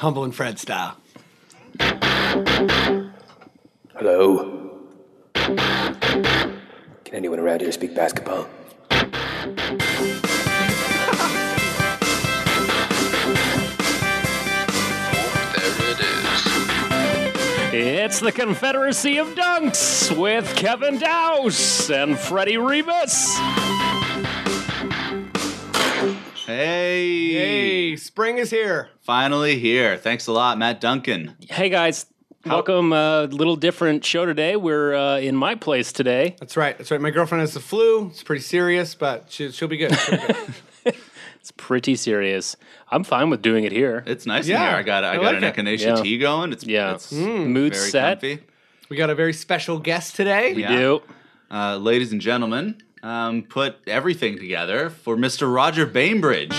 Humble and Fred style. Hello. Can anyone around here speak basketball? There it is. It's the Confederacy of Dunks with Kevin Dowse and Freddie Rebus. Hey. Hey, spring is here. Finally here. Thanks a lot, Matt Duncan. Hey guys, welcome. A little different show today. We're uh, in my place today. That's right. That's right. My girlfriend has the flu. It's pretty serious, but she, she'll be good. She'll be good. It's pretty serious. I'm fine with doing it here. It's nice Yeah, in here. I got I, I got like an it. echinacea Yeah. tea going. It's Yeah. Hmm. it's Mood very set. comfy. we got a very special guest today. Yeah. Do. Uh, ladies and gentlemen, um, put everything together for Mr. Roger Bainbridge.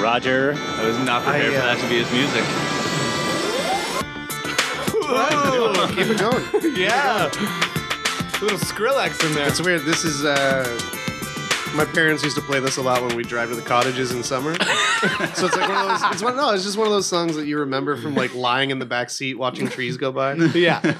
Roger. I was not prepared I, uh, for that to be his music. Whoa. Keep it going. yeah. Little Skrillex in there. It's weird. This is uh, my parents used to play this a lot when we drive to the cottages in summer. so it's like one of those. It's one, no, it's just one of those songs that you remember from like lying in the back seat watching trees go by. yeah.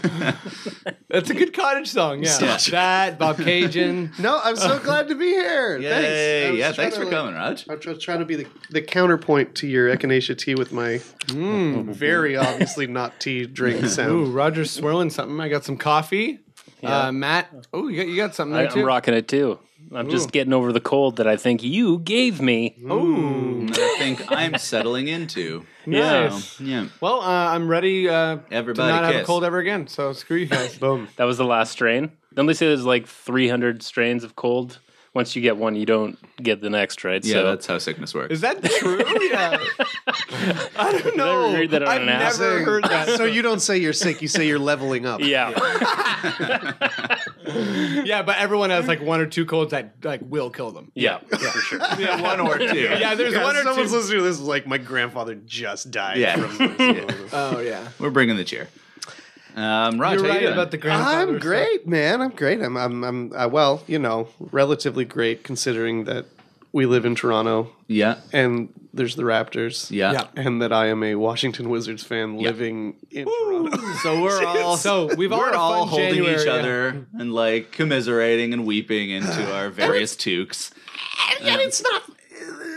That's a good cottage song. Yeah. Such- That, Bob Cajun. No, I'm so glad to be here. Yay. Thanks. I was Yeah, just thanks for trying to, like- coming, Raj. I'm tr- trying to be the, the counterpoint to your echinacea tea with my very obviously not tea drink Ooh, sound. Roger's swirling something. I got some coffee. Uh, Matt. Oh, you got, you got something I, there I'm too. rocking it too. I'm Ooh. just getting over the cold that I think you gave me. Oh, Ooh. That I think I'm settling into. Nice. So, yeah. Well, uh, I'm ready uh, Everybody to not have a kiss. cold ever again. So screw you guys. Boom. That was the last strain. Don't they say there's like 300 strains of cold? Once you get one, you don't get the next, right? Yeah, so that's how sickness works. Is that true? yeah. I don't know. read that on I've an never app. heard that. So you don't say you're sick. You say you're leveling up. yeah. yeah, but everyone has like one or two colds that like will kill them. Yeah. yeah, one or two. Yeah, there's Yeah, one or someone's two. listening to this is like my grandfather just died Yeah. from this. Oh yeah, We're bringing the cheer. Um, Raj, you're how you right doing? about the grandfather. I'm great, man. I'm great. I'm I'm, I'm uh, well, you know, relatively great considering that we live in Toronto yeah, and there's the Raptors. yeah, Yeah. And that I am a Washington Wizards fan living in Toronto. So we're all So we've all we're had a all fun holding January, each yeah. other and like commiserating and weeping into our various toques. And yet it's not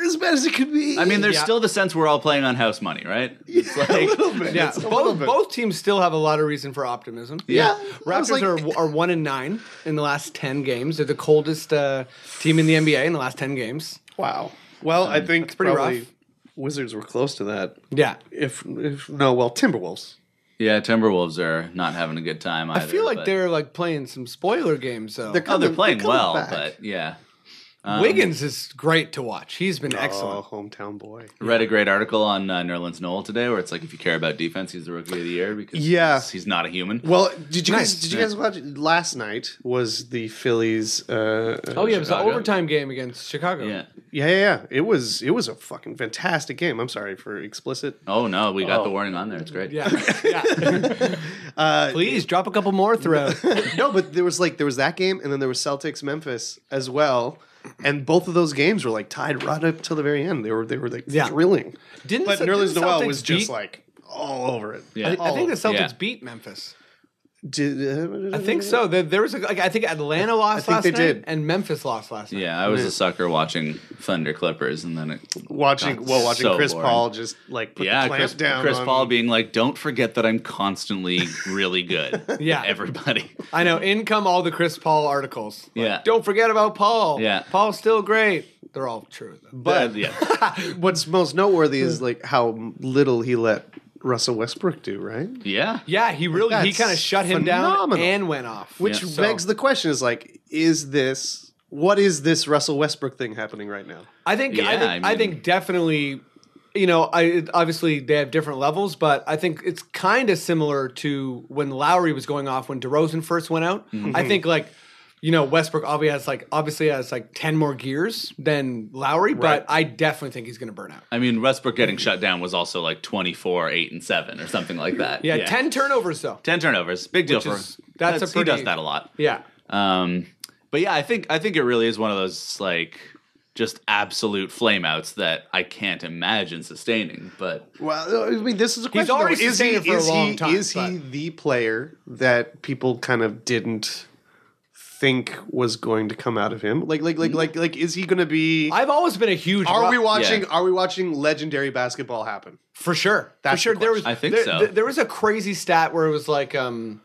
as bad as it could be. I mean, there's Yeah. still the sense we're all playing on house money, right? It's like bit. Yeah, It's a little both, bit. both teams still have a lot of reason for optimism. Yeah. I was Raptors like- eh, are, are one and nine in the last ten games. They're the coldest uh, team in the NBA in the last ten games. Wow. Well, I think pretty probably rough. Wizards were close to that. Yeah, If if no, well, Timberwolves. yeah, Timberwolves are not having a good time either. I feel like but- they're like playing some spoiler games though. They're oh, they're coming- playing coming well, back. but yeah. Um, Wiggins is great to watch. He's been Oh, excellent. hometown boy. read a great article on uh, Nerlens Noel today, where it's like if you care about defense, he's the rookie of the year because Yeah. he's, he's not a human. Well, did you Nice. guys did you guys watch last night was the Phillies uh Oh yeah, it was the Chicago. overtime game against Chicago. yeah. yeah, yeah, yeah. It was it was a fucking fantastic game. I'm sorry for explicit. Oh no, we got Oh. the warning on there. It's great. Yeah. Please drop a couple more throws. no, Uh, but there was like there was that game and then there was Celtics Memphis as well. And both of those games were like tied right up till the very end. They were they were like Yeah. thrilling. Didn't But Ce- Nerlens didn't Noel Celtics was just beat- like all over it. Yeah. I, I All think the over. Celtics Yeah. beat Memphis. Did, uh, I think so. There, there was a, like I think Atlanta lost think last they night did. and Memphis lost last night. Yeah, I was a sucker watching Thunder Clippers, and then it Watching That's well, watching so Chris boring. Paul just like put yeah, the clamp Chris, down. Chris on- Paul being like, "Don't forget that I'm constantly really good." Yeah. everybody. I know. In come all the Chris Paul articles. Like, Yeah. Don't forget about Paul. Yeah. Paul's still great. They're all true though. but yeah, What's most noteworthy is like how little he let Russell Westbrook do, right? yeah, Yeah, he really he That's kind of shut him down phenomenal. and went off. Which Yeah. begs So- the question: Is like, is this what is this Russell Westbrook thing happening right now? I think I Yeah, think I, I mean- think definitely you know, I it- obviously they have different levels, but I think it's kind of similar to when Lowry was going off when DeRozan first went out. I think like you know Westbrook obviously has like obviously has like ten more gears than Lowry, but I definitely think he's going to burn out. I mean, Westbrook getting shut down was also like 24, 8, and seven, or something like that. Yeah, ten turnovers though. 10 turnovers, big deal for. is- that's a he pretty- does that a lot. Yeah, Um, but yeah, I think I think it really is one of those like just absolute flameouts that I can't imagine sustaining. But Well, I mean, this is a question. already though. is sustained he, it for a is long he, time, Is he the player that people kind of didn't think was going to come out of him? Like, like, Mm. like, like, like, is he going to be? I've always been a huge. are Ro- we watching? Yeah. Are we watching legendary basketball happen? For sure. That's for sure. the there was question. I think there, so. th- there was a crazy stat where it was like um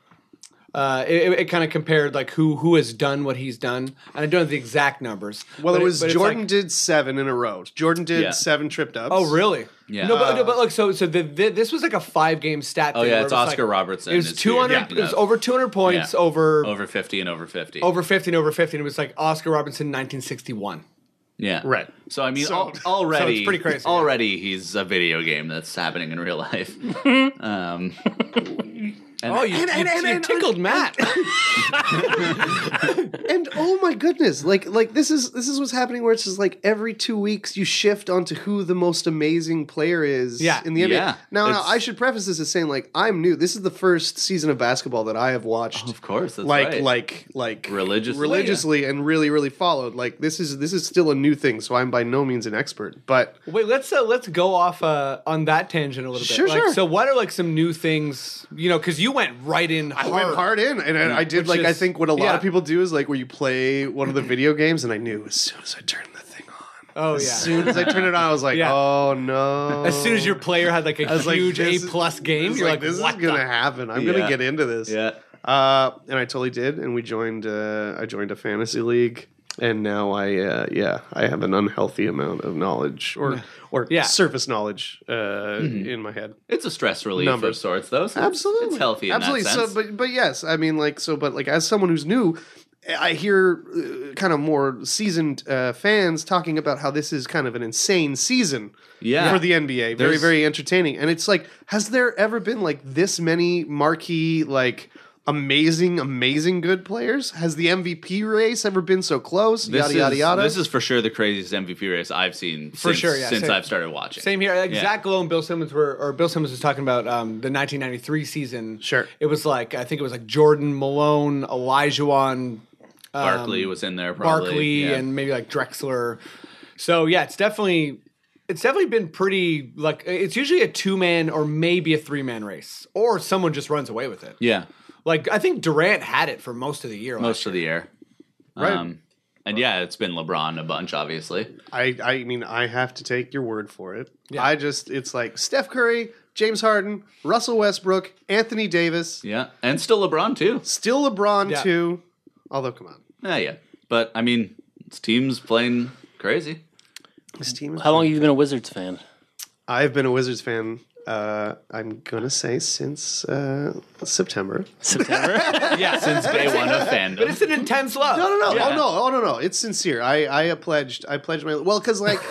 uh it, it kind of compared like who who has done what he's done. And I don't know the exact numbers. Well, but it was but it's Jordan like- did seven in a row. Jordan did Yeah. seven tripped ups. Oh really? Yeah. No, but, no, Uh, but look, so so the, the, this was like a five game stat. Oh, thing yeah, where it's it was, Oscar like, Robertson It is was two who you're hundred. thinking It was of. over two hundred points Yeah. over, over over fifty and over fifty. fifty and over fifty. And it was like Oscar Robertson, nineteen sixty one. yeah. Right. So I mean, So- al- so already it's pretty crazy, yeah. Already, he's a video game that's happening in real life. um, Oh, you, And- you- and- and- you and- tickled Matt. And oh my goodness, like like this is this is what's happening where it's just like every two weeks you shift onto who the most amazing player is Yeah. in the NBA. Yeah. Now, now It's- I should preface this as saying like I'm new. This is the first season of basketball that I have watched of course, that's like right. like like Religiously, religiously and really really followed. Like this is this is still a new thing, so I'm by no means an expert. But Wait, let's uh, let's go off uh, on that tangent a little bit. Sure, like, sure. So, what are like some new things? You know, because you went right in. I Hard. went hard in, and I, I did Which like I is- think what a lot yeah. of people do is like where you play one of the video games, and I knew as soon as I turned the thing on. Oh yeah. As soon as I turned it on, I was like, Yeah. "Oh no!" as soon as your player had like a I was like, huge this A is- plus I game, was you're like, "This what is gonna the- happen. I'm gonna Yeah. get into this." Yeah. Uh, and I totally did, and we joined. Uh, I joined a fantasy league, and now I, uh, yeah, I have an unhealthy amount of knowledge or or Yeah. surface knowledge uh, Mm-hmm. in my head. It's a stress relief of Numbers. sorts, though. so it's- Absolutely, it's healthy. In Absolutely. That sense. So, but but yes, I mean, like, so, but like, as someone who's new. I hear uh, kind of more seasoned uh, fans talking about how this is kind of an insane season yeah, for the NBA. Very, There's- very entertaining. And it's like, has there ever been like this many marquee, like amazing, amazing good players? Has the MVP race ever been so close? This yada yada is- yada. This is for sure the craziest MVP race I've seen For since, sure, yeah, since same. I've started watching. Same here. Like Yeah. Zach Lowe and Bill Simmons were, or Bill Simmons was talking about um, the 1993 season. Sure. It was like I think it was like Jordan Malone, Elijahwan, um, Barkley was in there, probably. Barkley, yeah. and maybe like Drexler. So yeah, it's definitely. It's definitely been pretty like it's usually a two man or maybe a three man race, or someone just runs away with it. yeah, Like I think Durant had it for most of the year. most of the year, Right. um, and yeah, it's been LeBron a bunch, obviously. I, I mean, I have to take your word for it. I just, it's like Steph Curry, James Harden, Russell Westbrook, Anthony Davis, Yeah, and still LeBron too. still LeBron Yeah. too. Although, come on, Yeah, yeah. But I mean, it's teams playing crazy. this team. Is How long have you been a Wizards fan? I've been a Wizards fan. Uh, I'm gonna say since uh, September. September. yeah, since Day one of fandom. But it's an intense love. No, no, no, Yeah. oh no, oh no, no. It's sincere. I, I uh, pledged. I pledged my well, because like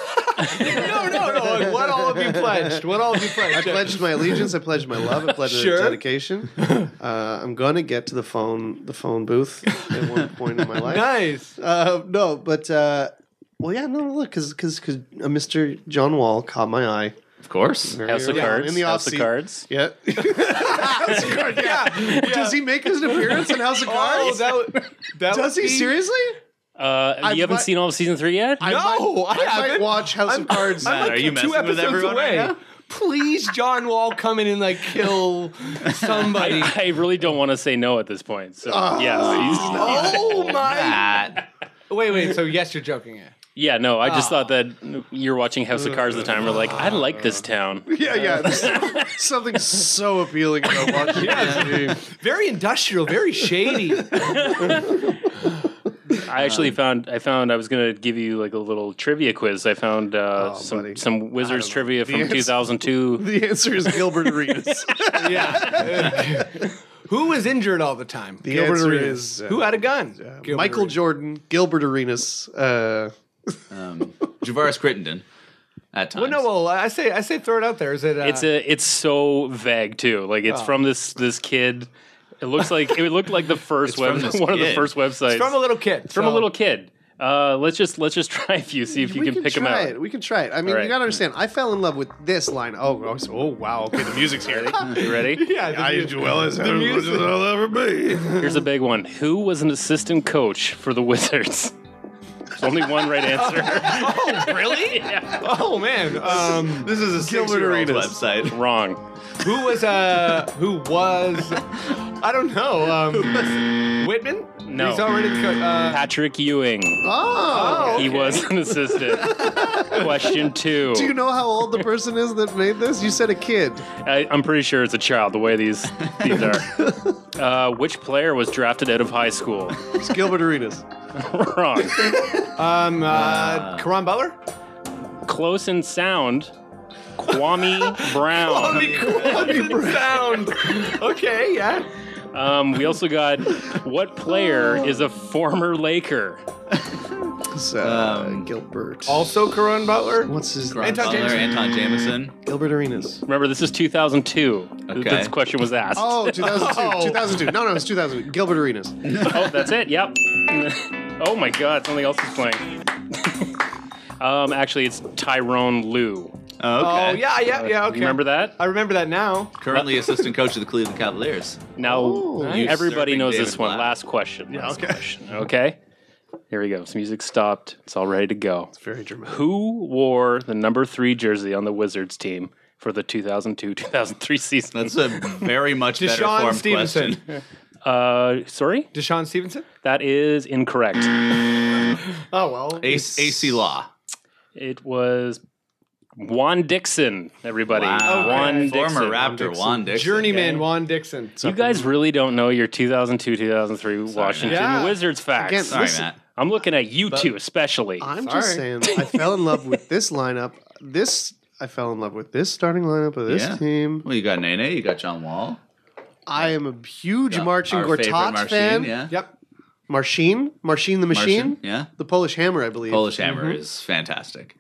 no, no, no. Like, what all of you pledged? What all of you pledged? I pledged my allegiance. I pledged my love. I pledged my Sure. dedication. Uh, I'm gonna get to the phone, the phone booth at one point in my life. Nice. Uh, no, but uh, well, yeah, no, look, because because because uh, Mr. John Wall caught my eye. of course. Very House of early on Cards. in the House of offseason. Cards. Yeah. House of Cards. Yeah. Does he make his appearance in House of Oh, Cards? that, would- that Does would he be- seriously? Uh, you haven't might- seen all of season three yet? No, I I, might, I might haven't. watch House of Cards. I'm Matt, like are you two messing with episodes everyone right away. now? Please, John Wall, come in and like kill somebody. I really don't want to say no at this point. So yes, he's- oh my! Matt. Wait, wait. So yes, you're joking. Yeah. yeah, no. I just thought that you're watching House of Cards at the time. We're like, I like this town. Yeah, yeah. There's something so appealing about watching TV. Very industrial. Very shady. I actually found I found I was gonna give you like a little trivia quiz. I found uh, Oh, some buddy. some Wizards trivia from answer- 2002. The answer is Gilbert Arenas. yeah. Who was injured all the time? The Gilbert answer Arenas. is, uh, Who had a gun? uh, Gilbert Michael Arenas. Jordan, Gilbert Arenas. Uh, Um, Javaris Crittenden at times. Well, no. Well, I say, I say, throw it out there. Is it? Uh, It's a it's so vague too. Like it's from this this kid. It looks like it looked like the first It's web from this one of the kid. first websites from a little kid. from a little kid. Uh, let's just let's just try a few. See if you we can, pick them try out. it. We can try it. I mean, All right. you gotta understand. I fell in love with this line. Oh, oh, so- oh, wow. Okay, the music's here. You ready? Yeah. the I music. as well as much as I'll ever be. Here's a big one. Who was an assistant coach for the Wizards? There's only one right answer. Really? Oh man. Um, This is a Gilbert six-year-old Arenas. website. Wrong. who was uh who was I don't know. Um, Whitman? No. He's already co- uh, Patrick Ewing. Oh. He was an assistant. Question two. Do you know how old the person is that made this? You said a kid. I, I'm pretty sure it's a child. The way these these are. Uh, which player was drafted out of high school? It's Gilbert Arenas. Wrong. um Ah. uh Karan Butler? Close in sound. Kwame Brown. sound. Okay, yeah. Um, we also got what player is a former Laker? So, uh, Um, Gilbert. Also Karan Butler? What's his Ron name? Anton Butler, Jameson. Anton Jameson. Gilbert Arenas. Remember, this is 2002. Okay. This question was asked. Oh, 2002. 2002. No, no, it's 2000. Gilbert Arenas. Oh, that's it. Yep. oh my God, something else is playing. um, actually, it's Tyrone Lou. Oh, okay. Oh yeah, yeah, yeah, okay. Remember that? I remember that now. Currently assistant coach of the Cleveland Cavaliers. Now nice. everybody Usurping knows David this one. Blatt. Last question. Last okay. question. Okay. Here we go. This music stopped. It's all ready to go. Very dramatic. Who wore the number three jersey on the Wizards team for the 2002-2003 season? That's a very much better Deshaun form Stevenson. question. Uh, sorry, Deshaun Stevenson? that is incorrect. Oh well. A- AC Law. It was Juan Dixon. Everybody, Wow. Juan Dixon. Former Raptor Juan Dixon. Journeyman Juan Dixon. You guys really don't know your 2002-2003 Washington Yeah. Wizards facts. Again, Sorry, Listen, Matt. I'm looking at you two especially. I'm just Sorry. saying, I fell in love with this lineup. This, I fell in love with this starting lineup of this Yeah. team. Well, you got Nene, you got John Wall. I am a huge got Marcin our favorite Gortat Marcin, fan. Yeah. Yep. Marcin? Marcin the Marcin, Machine? Yeah. The Polish Hammer, I believe. Polish Hammer mm-hmm. is fantastic.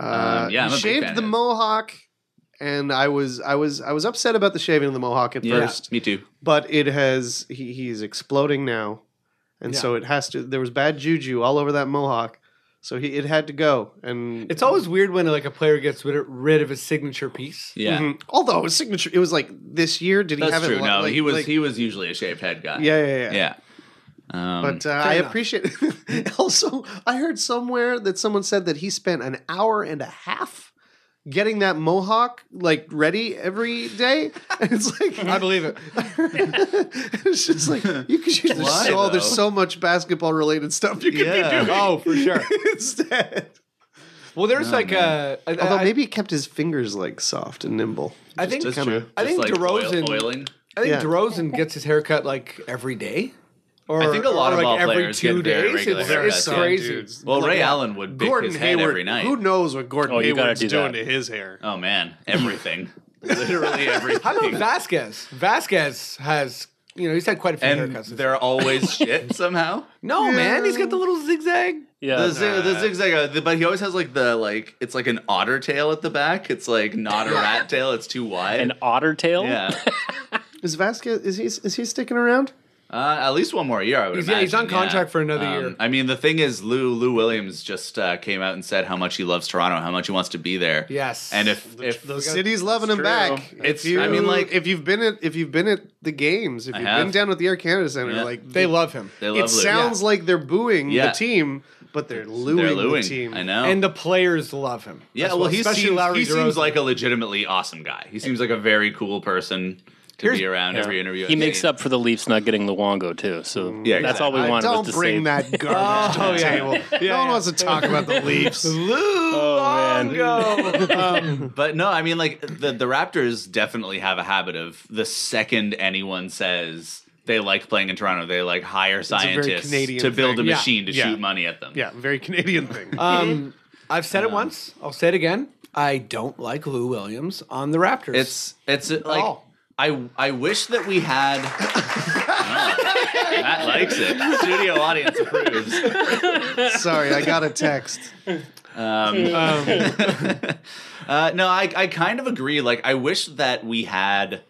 Uh, Um, yeah, I'm he a big shaved fan the of it. mohawk, and I was I was I was upset about the shaving of the mohawk at Yeah, first, me too. but it has he, he's exploding now, and so it has to. There was bad juju all over that mohawk, so he it had to go. And It's always weird when like a player gets rid, rid of his signature piece. Yeah. Mhm. although his signature, it was like this year. Did he That's have true. it? li- no, like- he was like- he was usually a shaved head guy. yeah, yeah, yeah. Yeah. Um, But uh, I Mm, enough. appreciate. also, I heard somewhere that someone said that he spent an hour and a half getting that mohawk like ready every day. And it's like I believe it. it's just like you could use there's Why, so though? there's so much basketball related stuff you could Yeah. be doing Oh, for sure. instead. Well, there's like a. I- Although I- maybe he kept his fingers like soft and nimble. I think that's kinda- true. I think Just, like, oil- DeRozan- oiling. I think yeah. DeRozan gets his haircut like every day. Or, I think a lot or, of like ball every players two get very days. regular It's, haircuts, it's yeah. crazy. Well, Ray yeah. Allen would bick his head every night. Who knows what Gordon Oh, you gotta Hayward's do doing that. to his hair? Oh man, everything. Literally everything. How about Vasquez? Vasquez has you know he's had quite a few and haircuts. they're always shit somehow. no man, he's got the little zigzag. yeah. The, zig, the zigzag, uh, the- but he always has like the like it's like an otter tail at the back. It's like not a rat tail. It's too wide. An otter tail? yeah, Is Vasquez is he is he sticking around? uh, at least one more year. I would He's- yeah, imagine. Um, he's on contract for another year. I mean, the thing is, Lou Lou Williams just uh, came out and said how much he loves Toronto, how much he wants to be there. Yes. and if if The city's loving him true. back. It's- If you, I mean, like- if you've been at if you've been at the games, if I you've been have. down at the Air Canada Center, Yeah. like They love him. they it love Lou, sounds like they're booing Yeah. the team, but they're looing, they're the Louing. team. I know. And the players love him. yeah, as well, he especially seems, Lowry he DeRozan. seems like a legitimately awesome guy. He seems like a very cool person to Here's- be around Yeah. every interview. He Yeah, makes yeah. up for the Leafs not getting Luongo too. So Yeah, that's all we I wanted. was don't to bring say- that garbage to Oh, the yeah. table. no one wants to talk about the Leafs. Oh, Longo. But no, I mean, like the the Raptors definitely have a habit of the second anyone says they like playing in Toronto, they like hire very scientists Canadian to build a thing. Yeah, machine to yeah. shoot money at them. Yeah, very Canadian thing. Um, I've said it once. I'll say it again. I don't like Lou Williams on the Raptors. it's it's uh, like. all. I, I wish that we had. Oh, Matt likes it. Studio audience approves. Sorry, I got a text. Uh, no, I, I kind of agree. Like, I wish that we had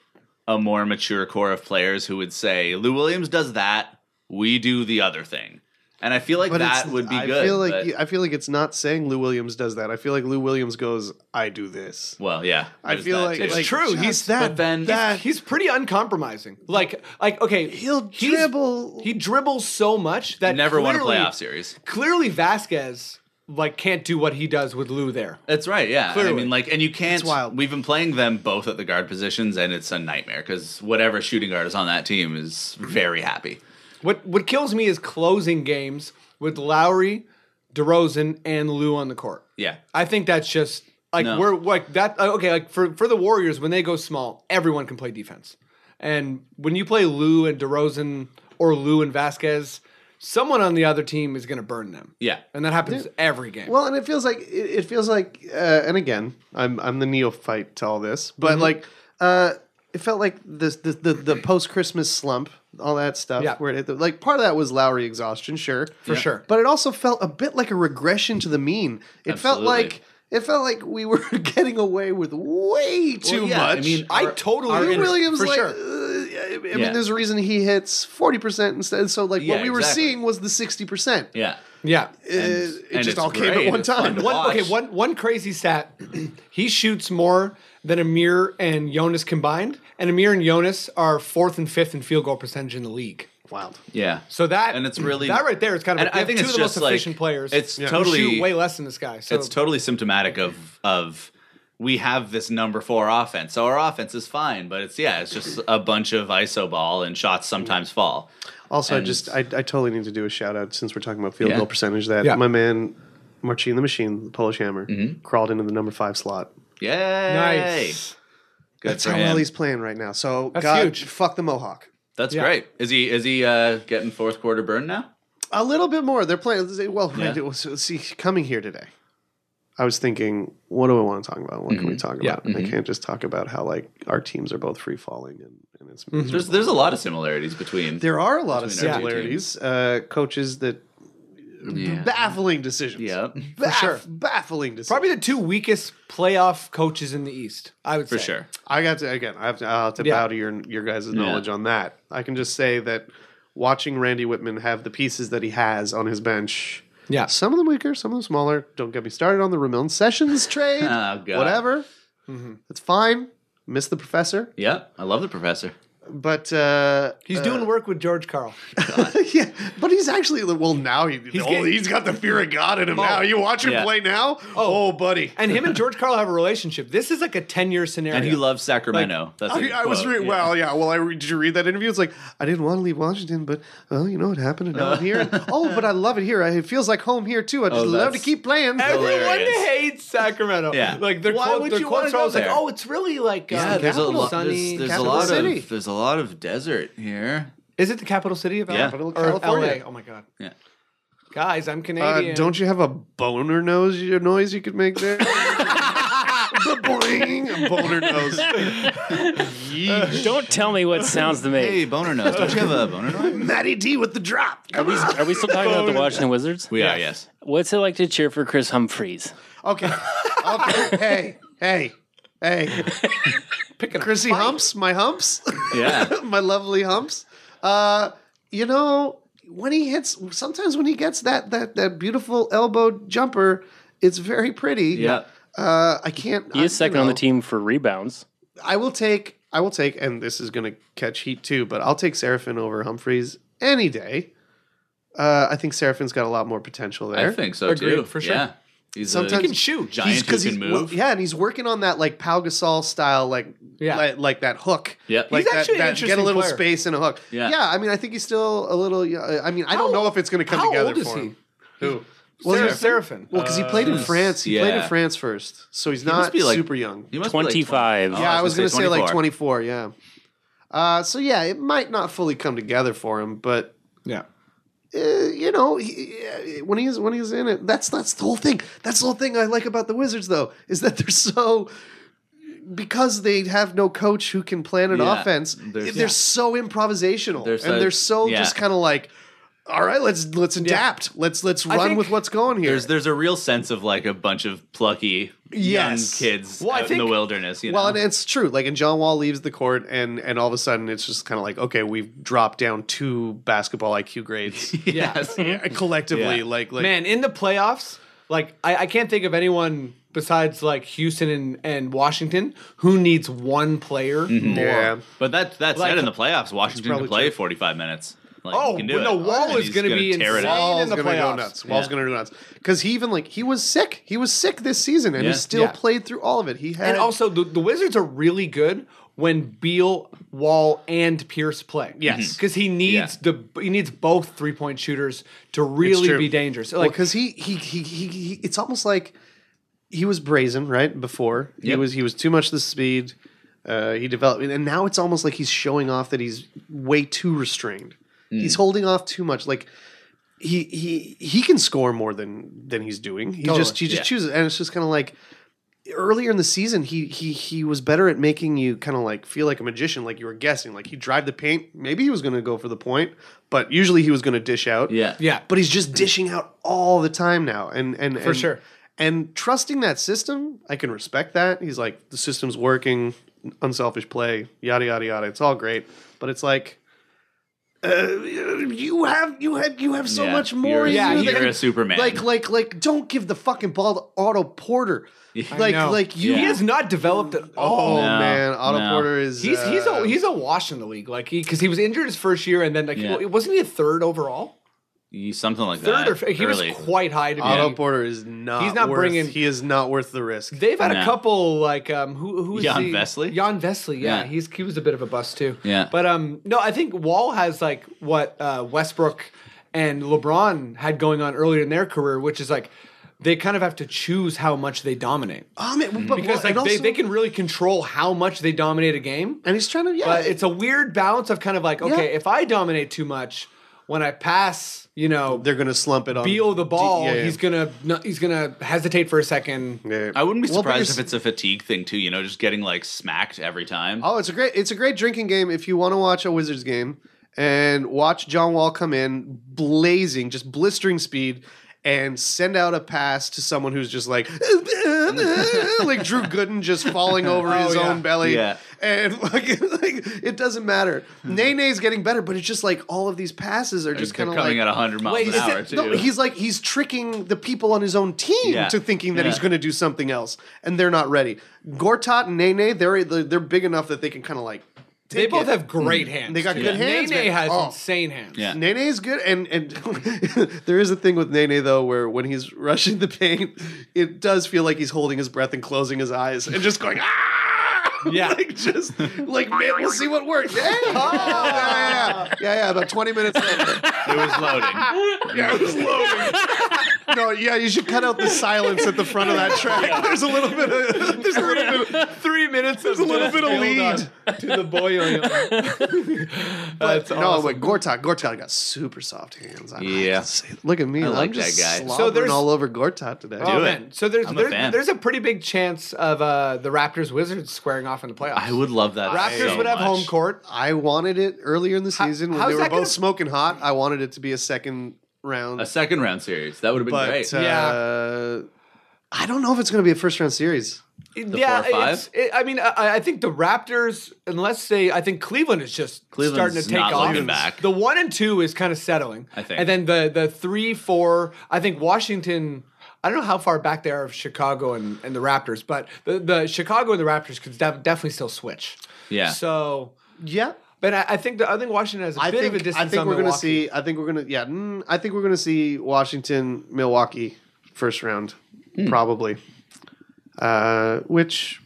a more mature core of players who would say, Lou Williams does that, we do the other thing. And I feel like But that it's- would be I good. Feel like, but- I feel like it's not saying Lou Williams does that. I feel like Lou Williams goes, "I do this." well, yeah. I there's feel that like too. It's like, true. He's just- that. but then- that he's pretty uncompromising. Like like okay, He'll he's- dribble. He dribbles so much that never won a clearly- playoff series. Clearly, Vasquez like can't do what he does with Lou there. That's right, yeah. And I Clearly. mean, like, and you can't. It's wild. We've been playing them both at the guard positions, and it's a nightmare because whatever shooting guard is on that team is very happy. What what kills me is closing games with Lowry, DeRozan, and Lou on the court. Yeah. I think that's just like No. we're like that. uh, Okay, like for for the Warriors when they go small, everyone can play defense, and when you play Lou and DeRozan or Lou and Vasquez, someone on the other team is going to burn them. Yeah. and that happens every game. Well, and it feels like it, it feels like, uh, and again, I'm I'm the neophyte to all this, but Mm-hmm. like, uh, it felt like this the the, the post Christmas slump, all that stuff. Yeah. Where it, hit the- like part of that was Lowry exhaustion, sure, for sure. but it also felt a bit like a regression to the mean. It felt Absolutely. like it felt like we were getting away with way too yeah, I much. mean, I Our- totally our agree. Lou inter- Williams, for like, sure. uh, I mean, Yeah. there's a reason he hits forty percent instead. So, like, what Yeah, we were exactly. seeing was the sixty percent. Uh, Yeah. Yeah. it and just it's all came great. at one It's fun time. to One, watch. okay, one one crazy stat. he shoots more than Amir and Jonas combined, and Amir and Jonas are fourth and fifth in field goal percentage in the league. Wild. Yeah. So that And it's really- that right there is kind of and I I think two it's of the most just, like, efficient players. it's who totally- shoot way less than this guy. So it's totally symptomatic of of we have this number four offense. So our offense is fine, but it's yeah, it's just a bunch of iso ball and shots sometimes fall. Also, I And- just I, I totally need to do a shout out since we're talking about field Yeah. goal percentage. That Yeah. Mm-hmm. my man Marcin the Machine, the Polish Hammer, crawled into the number five slot. Yay! nice. Good That's for how him. well he's playing right now. So That's God, huge. fuck the Mohawk. That's Yeah. great. Is he is he uh, getting fourth quarter burn now? A little bit more. They're playing. they- Well, Yeah. I- so, see, coming here today, I was thinking, what do I want to talk about? What can we talk Mm-hmm. Yeah. about? And I can't just talk about how like our teams are both free falling and, and it's. Mm-hmm. There's there's a lot of similarities between There are a lot of Between our two similarities. Uh, coaches that yeah. baffling decisions. yeah. Baff, sure. Baffling decisions. Probably the two weakest playoff coaches in the East. I would For say. sure. I got to again. I have to, I'll have to Yeah. bow to your your guys' knowledge on that. I can just say that watching Randy Whitman have the pieces that he has on his bench, Yeah. some of them weaker, some of them smaller. Don't get me started on the Ramon Sessions trade. Oh, God. Whatever, it's fine. Miss the professor, Yep. I love the professor. but uh, He's doing work with George Carl. yeah, but he's actually well now. He, he's, getting- he's got the fear of God in him now. You watch him Yeah. play now. Oh, buddy. And him and George Carl have a relationship. This is like a 10 year scenario. And he loves Sacramento. That's I, a I was quote. reading. Yeah. Well, yeah. Well, I re- did you read that interview? It's like I didn't want to leave Washington, but well, you know what happened, and now I'm here. Oh, but I love it here. I, it feels like home here too. I just Oh, love to that's- keep playing. Everyone Hilarious. hates Sacramento. Yeah. Like their Why quote, would their you quotes wanna are go always like, there? oh, it's really like Yeah, uh, there's a capital lot. sunny. There's, there's a capital lot city. of there's a lot of desert here. Is it the capital city of Yeah. Alabama? Capital Or California. LA? Oh my god, Yeah. guys, I'm Uh, Canadian. don't you have a boner nose? Your noise you could make there. Boing, boner nose. Don't tell me what sounds to me. Hey, boner nose. Don't you have a boner nose? Matty D with the drop. Are we, are we still talking about the Washington Wizards? We are, yes. What's it like to cheer for Chris Humphreys? Okay. okay. Hey. Hey. Hey. Picking a Chrissy humps. My humps. Yeah. my lovely humps. Uh, you know, when he hits, sometimes when he gets that that that beautiful elbow jumper, it's very pretty. Yeah. Uh, I can't. He is I- second you on the know, team for rebounds. I will take. I will take, and this is going to catch heat too. But I'll take Seraphin over Humphreys any day. Uh, I think Seraphin's got a lot more potential there. I think so Agreed, too. for sure. Yeah. He's Sometimes- a he can shoot. giant who can he's well, move. yeah, and he's working on that like Pau Gasol style, like Yeah. like, like that hook. Yeah. like He's that- actually an that, get a interesting little player. space and a hook. Yeah. yeah. I mean, I think he's still a little. yeah, I mean, I don't How- know if it's going to come How together old is for he? him. Who? Well, Sarah he's- Seraphin. Well, because he played in France. He played in Uh, yeah. France first, so he's must not be, like, super young. He must be, like, 25. Oh, yeah, I was going gonna to say like 24. 24. Yeah. Uh, so yeah, it might not fully come together for him, but Yeah. uh, you know, he, uh, when he's when he's in it, that's that's the whole thing. That's the whole thing I like about the Wizards, though, is that they're so because they have no coach who can plan an Yeah, offense. They're, there's- so improvisational, They're and so- they're so yeah. just kind of like. all right, let's let's adapt. Let's let's run think with what's going here. There's there's a real sense of like a bunch of plucky Yes. young kids Well, I out in think- the wilderness. You know? Well, and it's true. Like, and John Wall leaves the court, and and all of a sudden, it's just kind of like, okay, we've dropped down two basketball IQ grades yes. collectively. Yeah. Like, like Man, in the playoffs, like I, I can't think of anyone besides like Houston and, and Washington who needs one player Mm-hmm. more. yeah. But that that Like, said, in the playoffs, Washington probably can play true. 45 minutes. Like, Oh, he can do well, it. no, Wall And is he's gonna be tear it insane. up. Wall's Wall's in the gonna go playoffs. nuts. Wall's gonna go nuts because he even like he was sick. He was sick this season, and Yeah. he still Yeah. played through all of it. He had And also the, the Wizards are really good when Beal, Wall, and Pierce play. Mm-hmm. Yes. Mhm. Because he needs the he needs both three point shooters to really true. be dangerous. like Like because he, he he he he it's almost like he was brazen right before he Yep. was he was too much the speed. Uh, he developed, and now it's almost like he's showing off that he's way too restrained. He's holding off too much. Like he he he can score more than than he's doing. He Totally. just he just Yeah. chooses, and it's just kind of like earlier in the season he he he was better at making you kind of like feel like a magician, like you were guessing. Like he drive the paint, maybe he was going to go for the point, but usually he was going to dish out Yeah. yeah. but he's just dishing out all the time now and and For and- sure. and trusting that system i can respect that he's like the system's working unselfish play yada yada yada it's all great but it's like uh, you have you have you have so Yeah. much more You're a- in Yeah, you you're than- a Superman. like like like don't give the fucking ball to otto porter like know. like you He Yeah. has not developed at all. oh No, man otto no. porter is He's he's uh, a he's a wash in the league, like he because he was injured his first year, and then like Yeah. he, wasn't he a third overall, You- Something like third that. or f- he early. was quite high to be. Otto Porter is not. He's not worth- bringing- He is not worth the risk. They've had a No. couple like um who who is Jan the- Vesely? Jan Vesely, yeah, Yeah. he's he was a bit of a bust too. Yeah. but um no, I think Wall has like what uh, Westbrook and LeBron had going on earlier in their career, which is like they kind of have to choose how much they dominate Oh, man, but- because and like they, also- they can really control how much they dominate a game. and he's trying to yeah. But it's a weird balance of kind of like, okay, Yeah. if I dominate too much, when I pass, you know, they're gonna slump it on Beal the ball, Yeah, yeah. he's gonna no, he's gonna hesitate for a second. Yeah. I wouldn't be Well, but surprised if you're- it's a fatigue thing too. You know, just getting like smacked every time. Oh, it's a great it's a great drinking game if you want to watch a Wizards game and watch John Wall come in blazing, just blistering speed. And send out a pass to someone who's just like, like Drew Gooden just falling over his Oh, yeah. own belly, Yeah. Hmm. and fucking, like it doesn't matter. Nene's getting better, but it's just like all of these passes are just just kind of coming like, at 100 miles Wait, an is it- hour too. No, he's like he's tricking the people on his own team Yeah. to thinking that he's Yeah. going to do something else, and they're not ready. Gortat and Nene, they're they're big enough that they can kind of like. They take both it. have great hands. They got good hands, Nene man. has Oh. insane hands. Mm. Yeah. Nene's good, and and there is a thing with Nene though, where when he's rushing the paint, it does feel like he's holding his breath and closing his eyes and just going ah, Yeah. like just like man, we'll see what works. Yeah, Oh, yeah, yeah, yeah, yeah, yeah. About twenty minutes later, it was loading. yeah, it was loading. no, yeah, you should cut out the silence at the front of that track. There's a little bit of there's a little bit of, Three minutes There's a little bit of lead. to the boiling. But no, but Gortat, Gortat got super soft hands. I Yeah. have to say. look at me. I like am just that guy. So So there's- there's all over Gortat today. Oh, Do it. man. So there's I'm a there's, fan. there's a pretty big chance of uh, the Raptors Wizards squaring off in the playoffs. I would love that. Raptors so would have much. home court. I wanted it earlier in the season when how's they were that both gonna- smoking hot. I wanted it to be a second round, A second round series. That would have been but great. uh, I don't know if it's going to be a first round series. yeah, four or five? it's- It, I mean, I, I think the Raptors, unless they, I think Cleveland is just Cleveland's starting to take not off. looking back. The one and two is kind of settling. I think. and then the the three, four. I think Washington. I don't know how far back they are of Chicago and, and the Raptors, but the, the Chicago and the Raptors could def- definitely still switch. yeah. So, Yeah, but I, I think the, I think Washington has a I bit think of a distance. I think on we're going to Milwaukee. see. I think we're going to yeah. Mm, I think we're going to see Washington Milwaukee first round Hmm. probably, uh, which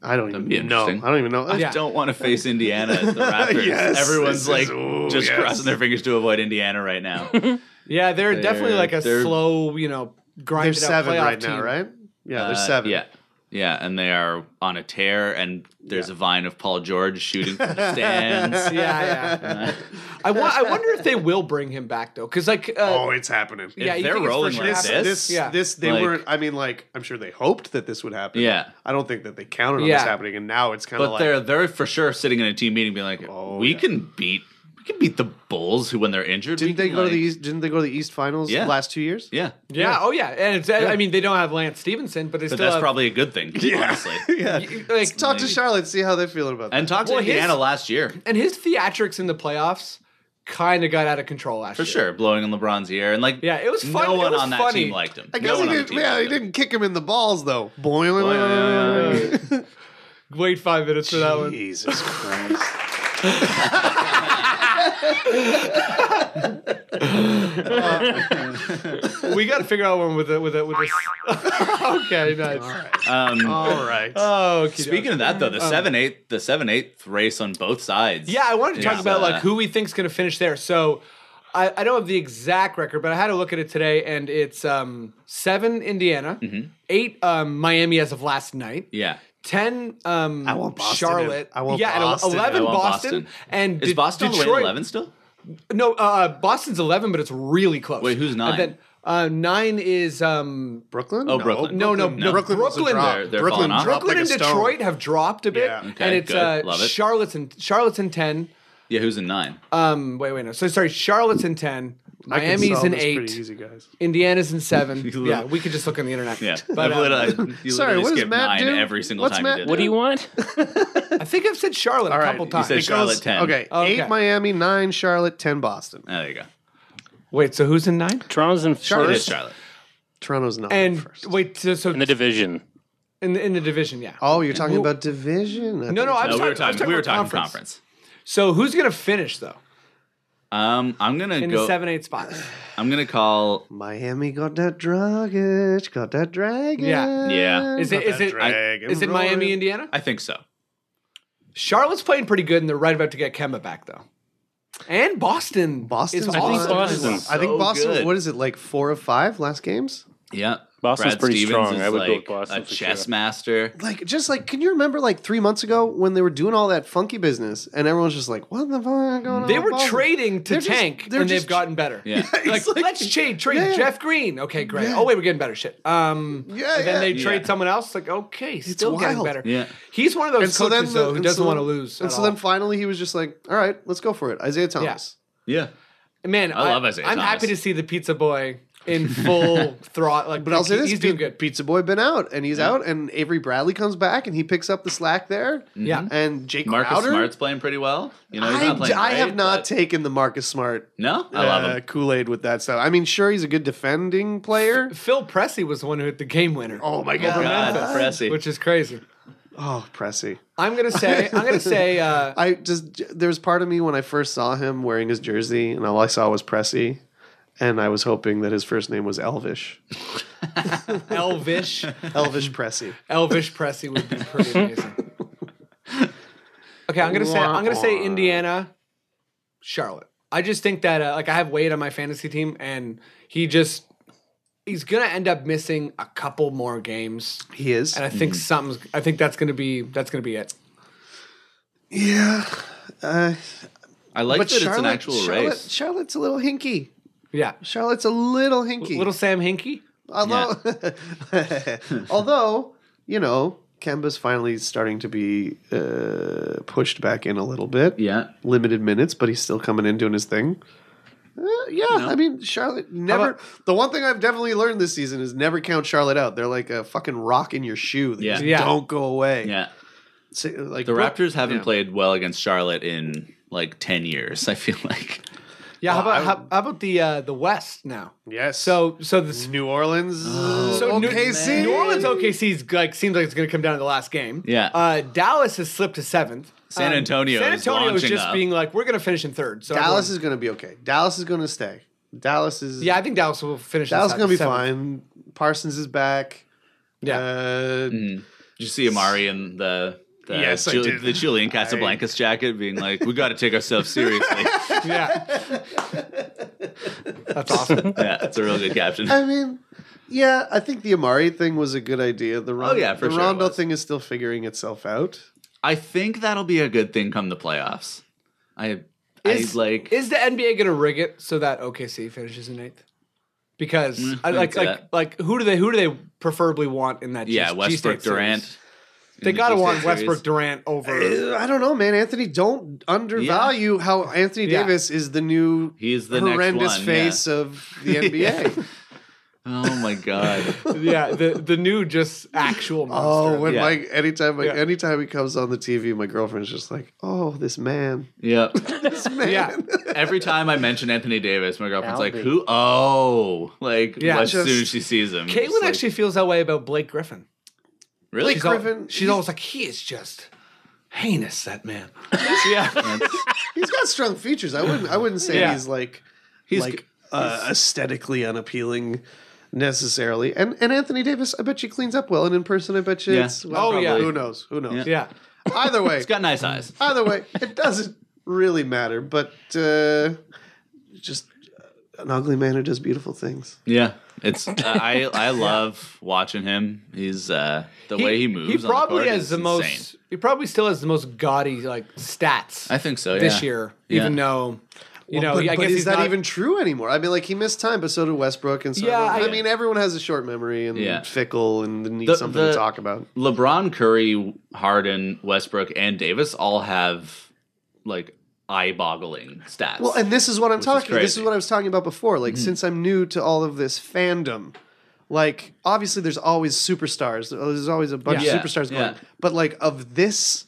I don't be even know. I interesting. don't even know. Yeah. don't want to face Indiana as the Raptors. Yes, Everyone's this like is- ooh, just yes. crossing their fingers to avoid Indiana right now. Yeah, they're, definitely like a they're- slow, you know, They're grinded out seven playoff right team. now, right? Yeah, Uh, they're seven. Yeah. Yeah, and they are on a tear, and there's a vine of Paul George shooting from the stands. Yeah, yeah. I, wa- I wonder if they will bring him back though, because like, uh, Oh, it's happening. yeah, you they're think it's for rolling sure like happening. this- this, yeah. this, they Like- weren't. I mean, like, I'm sure they hoped that this would happen. Yeah. I don't think that they counted on Yeah. this happening, and now it's kind of But like, they're they're for sure sitting in a team meeting, being like, Oh, "We yeah. can beat we can beat the Bulls who when they're injured. we Didn't they can, go to the like- East? Didn't they go to the East Finals Yeah. last two years? Yeah. Yeah, oh yeah, and it's, I mean they don't have Lance Stevenson, but they But still that's have, probably a good thing, honestly. yeah. y- Let's like, talk to Charlotte, see how they're feeling about that. And talk to Well, his- Indiana last year. and his theatrics in the playoffs kind of got out of control last For year. sure, blowing in LeBron's ear. And like Yeah, it was fun. No It one was on that funny. team liked him. I no guess one on he the didn't. team Yeah, liked he him. Oh, didn't kick him in the balls though. Wait five minutes for that one. Jesus Christ! We got to figure out one with a with a with a. okay, nice. Um, All right. Oh, okay. Speaking of that, though, the seven eight, the seven eighth race on both sides. Yeah, I wanted to talk is, about uh, like who we think's going to finish there. So I, I don't have the exact record, but I had a look at it today, and it's um, seven Indiana, Mm-hmm. eight um, Miami as of last night. Yeah, Ten, um, I want Boston Charlotte. in. I want yeah, and Boston in. eleven I want Boston, Boston. and is De- Boston all the way to Detroit- eleven still? No, uh, Boston's eleven, but it's really close. Wait, who's nine? And then uh, nine is um, Brooklyn? Oh, Brooklyn. No, no, no. Brooklyn. was a Brooklyn, drop. they're- they're Brooklyn. falling off. dropped Brooklyn like and a stone. Detroit have dropped a bit, Yeah. Okay, and it's uh, good. Love it. Charlotte's in Charlotte's in ten. Yeah, who's in nine? Um, wait, wait, no. So sorry, Charlotte's in ten, I can Miami's solve in this pretty eight, Easy guys. Indiana's in seven. You yeah, little- we could just look on the internet. yeah, but I've um, literally- you Sorry, literally what does skipped Matt nine do? every single What's time Matt you did. What do it. you want? I think I've said Charlotte All a right, couple you times. said Charlotte. Because- 10. Okay, Okay. eight Miami, nine Charlotte, ten Boston. Oh, there you go. Wait, so who's in nine? Toronto's in It is first Charlotte. Toronto's not And first. wait, so, so in the division. in the, in the division, yeah. Oh, you're talking Who- about division? I No, no, thought you- I was No, we talking, were I was talking. We were about talking conference. So who's gonna finish though Um, I'm gonna in go. the seven eight spots? I'm gonna call. Miami got that Dragic, got that Dragon. Yeah. Yeah. Is it is it is it Miami, Indiana? I think so. Charlotte's playing pretty good, and they're right about to get Kemba back though. And Boston, Boston's is I think awesome. Boston. I think So Boston. good. What is it like? Four of five last games. Yeah. Boston's Brad pretty Stevens strong. is I would go like with Boston A for chess sure. master. Like, just like, can you remember like three months ago when they were doing all that funky business and everyone's just like, what the fuck going on? They with were Boston? trading to They're just- tank, they're and just- they've gotten better. Yeah. like, let's trade trade yeah, yeah. Jeff Green. Okay, great. Yeah. Oh wait, we're getting better shit. Um, Yeah, and then yeah. they trade Yeah. someone else. Like okay, still getting wild. better. Yeah. he's one of those And so then coaches the- though who and doesn't so- want to lose. And at so then all. finally he was just like, all right, let's go for it. Isaiah Thomas. Yeah. man, I love Isaiah I'm Thomas. happy to see the Pizza Boy in full throttle. Like, But I'll say he- this: he's doing Pi- good. Pizza Boy been out, and he's out, and Avery Bradley comes back, and he picks up the slack there. Mm-hmm. Yeah. And Jake Marcus Crowder. Smart's playing pretty well. You know, he's I, not playing I great, have not Uh, but- taken the Marcus Smart no, I love him. Kool Aid with that stuff. I mean, sure, he's a good defending player. Phil Pressey was the one who hit the game winner. Oh my god! God, Pressey. which is crazy. Oh, Pressy. I'm gonna say. I'm gonna say. Uh, I just there was part of me when I first saw him wearing his jersey, and all I saw was Pressy, and I was hoping that his first name was Elvish. Elvish. Elvish Pressy. Elvish Presley would be pretty amazing. Okay, I'm gonna say I'm gonna say Indiana, Charlotte. I just think that uh, like I have Wade on my fantasy team, and he just he's gonna end up missing a couple more games, He is. and I think something's. I think that's gonna be that's gonna be it. yeah. Uh, I like but that Charlotte, it's an actual Charlotte, race. Charlotte's a little hinky. Yeah, Charlotte's a little hinky. little Sam Hinkie. although, although you know, Kemba's finally starting to be uh, pushed back in a little bit. Yeah. limited minutes, but he's still coming in doing his thing. Uh, yeah, I mean Charlotte never. about- the one thing I've definitely learned this season is never count Charlotte out. They're like a fucking rock in your shoe. They Yeah. just Yeah. don't go away. Yeah. So, like The Raptors haven't Yeah. played well against Charlotte in like 10 years, I feel like. Yeah, how about how, how about the uh, the West now? Yes. So so this New Orleans. Oh, uh, So New- OKC. New, Orleans OKC's like seems like it's going to come down to the last game. Yeah. Uh, Dallas has slipped to seventh. San Um, Antonio San is Antonio is launching just up. being like, we're going to finish in third. So Dallas everyone- is going to be okay. Dallas is going to stay. Dallas is. Yeah, I think Dallas will finish. in Dallas is se- going to be seventh. fine. Parsons is back. Yeah. Uh, Mm. Did you see Amari in the the, Yes, I Ju- did. the Julian Casablancas jacket being like, we got to take ourselves seriously. yeah. That's awesome. yeah, it's a real good caption. I mean, yeah, I think the Amari thing was a good idea. The Rondo, Oh, yeah, for the sure it Rondo was. thing is still figuring itself out. I think that'll be a good thing come the playoffs. I, Is- I like, Is the NBA going to rig it so that OKC finishes in eighth? Because Mm, I I like can see like that. like who do they who do they preferably want in that? G- yeah, G-State Westbrook series? Durant. They the got to Eastern want series. Westbrook Durant over. Uh, I don't know, man. Anthony, don't undervalue how Anthony Yeah. Davis is the new He is the next horrendous one, yeah. face of the NBA. Oh my god. yeah, the the new just actual monster. Oh, when Yeah. Mike, anytime, like, Yeah. anytime he comes on the TV, my girlfriend's just like, "Oh, this man, yep. this man." yeah, Every time I mention Anthony Davis, my girlfriend's like, Albie. "Who? Oh, like Yeah, as just- soon as she sees him." Caitlin just like, actually feels that way about Blake Griffin. really. She's, Griffin, All, she's always like, he is just heinous. That man. That's- he's got strong features. I wouldn't, I wouldn't say Yeah. he's like, He's like uh, aesthetically unappealing necessarily. And and Anthony Davis, I bet you cleans up well, and in person, I bet you Yeah. it's well, Oh, yeah. probably. who knows, who knows. Yeah, Either way, he's got nice eyes. either way, it doesn't really matter. But uh, just an ugly man who does beautiful things. Yeah, it's I I love watching him. He's uh the way he moves. He on the probably court has is the insane. most. He probably still has the most gaudy like stats I think so. this yeah. year, Yeah. even though you know. but, I but guess is he's that not- even true anymore? I mean, like he missed time, but so did Westbrook, and so Yeah, I, I- mean, everyone has a short memory and Yeah. fickle and needs The- something to the- talk about. LeBron, Curry, Harden, Westbrook, and Davis all have like eye-boggling stats. Well, and this is what I'm Which is talking. this crazy. Mm-hmm. is what I was talking about before. Like, since I'm new to all of this fandom, like obviously there's always superstars. There's always a bunch Yeah. of superstars Yeah. going. But like of this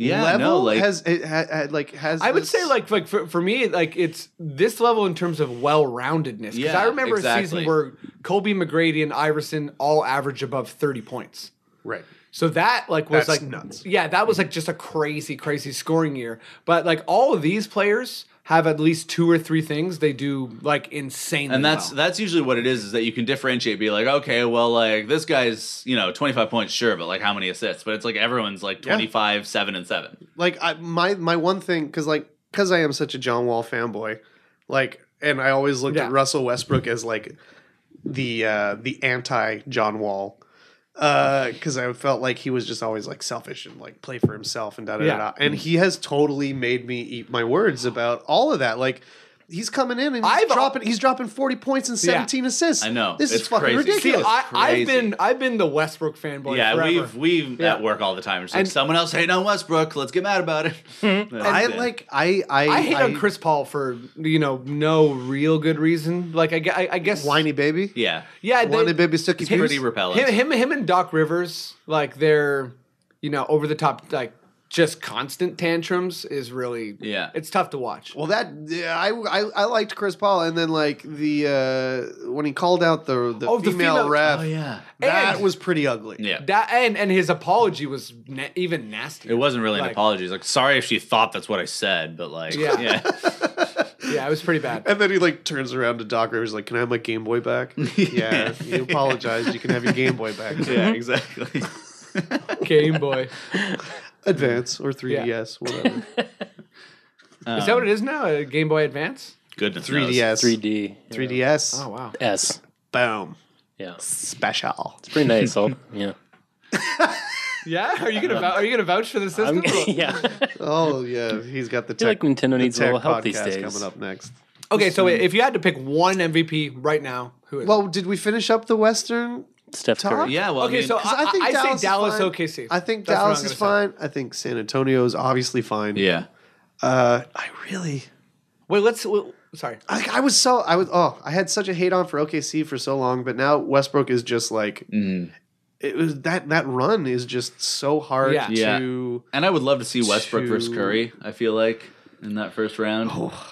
yeah, level, no, like has it ha, ha- like has I would this- say like like for, for me like it's this level in terms of well roundedness because Yeah, I remember a exactly. season where Kobe McGrady and Iverson all averaged above thirty points. right. So that like was That's like nuts. Yeah, that was like just a crazy crazy scoring year. But like all of these players have at least two or three things they do like insanely. and that's well. that's usually what it is is that you can differentiate be like okay well like this guy's you know 25 points sure but like how many assists but it's like everyone's like 25 7 and 7 like I, my my one thing because like because I am such a John Wall fanboy, like, and I always looked at Yeah. Russell Westbrook as like the uh, the anti John Wall because I felt like he was just always like selfish and like play for himself and da da da. Yeah. da. And he has totally made me eat my words about all of that, like. He's coming in and he's I've al- dropping. He's dropping forty points and Yeah. seventeen assists. I know. this is It's fucking crazy. See, See, ridiculous. I, I've crazy. been I've been the Westbrook fanboy. yeah forever. we've we've Yeah. at work all the time it's like And- someone else hating on westbrook let's get mad about it I like. I I, I hate on Chris Paul for you know no real good reason. Like I, gue- I, I guess whiny baby. yeah Yeah, they- whiny baby sticky. He's pretty poops. repellent him, him, him, and Doc Rivers, like their, you know, over the top, like just constant tantrums is really, Yeah. it's tough to watch. Well, that yeah, I, I I liked Chris Paul, and then like the uh when he called out the the, Oh, the female, female- ref, oh yeah that And- was pretty ugly. yeah That and and his apology was na- even nasty. it wasn't really an Like- apology it's like sorry if she thought that's what i said but like Yeah. yeah, Yeah, it was pretty bad. And then he like turns around to Doc Rivers like, "Can I have my Game Boy back?" yeah, you apologized. You can have your Game Boy back. yeah exactly Game Boy. Advance or 3DS, whatever. Is that what it is now? A Game Boy Advance? goodness 3ds 3DS, 3D. 3DS. Oh wow. S. Boom, Yeah. It's special. pretty nice. I'll- yeah. Yeah, are you gonna vou- are you gonna vouch for the I'm, system? yeah. I feel Oh yeah, he's got the like tech. Nintendo the needs a little tech help these podcast days. coming up next. okay, so wait, if you had to pick one MVP right now, who is? it? Well, did we finish up the Western? Steph Talk? Curry. yeah well okay, I mean, so I, I, I Dallas say Dallas is fine. OKC. I think That's what Dallas I'm gonna is say. fine. I think San Antonio is obviously fine. yeah Uh, I really, Wait, let's. w sorry. I, I was so, I was, oh, I had such a hate on for OKC for so long, but now Westbrook is just like, Mm-hmm. it was that that run is just so hard Yeah. Yeah. to. And I would love to see Westbrook to- versus Curry. I feel like in that first round.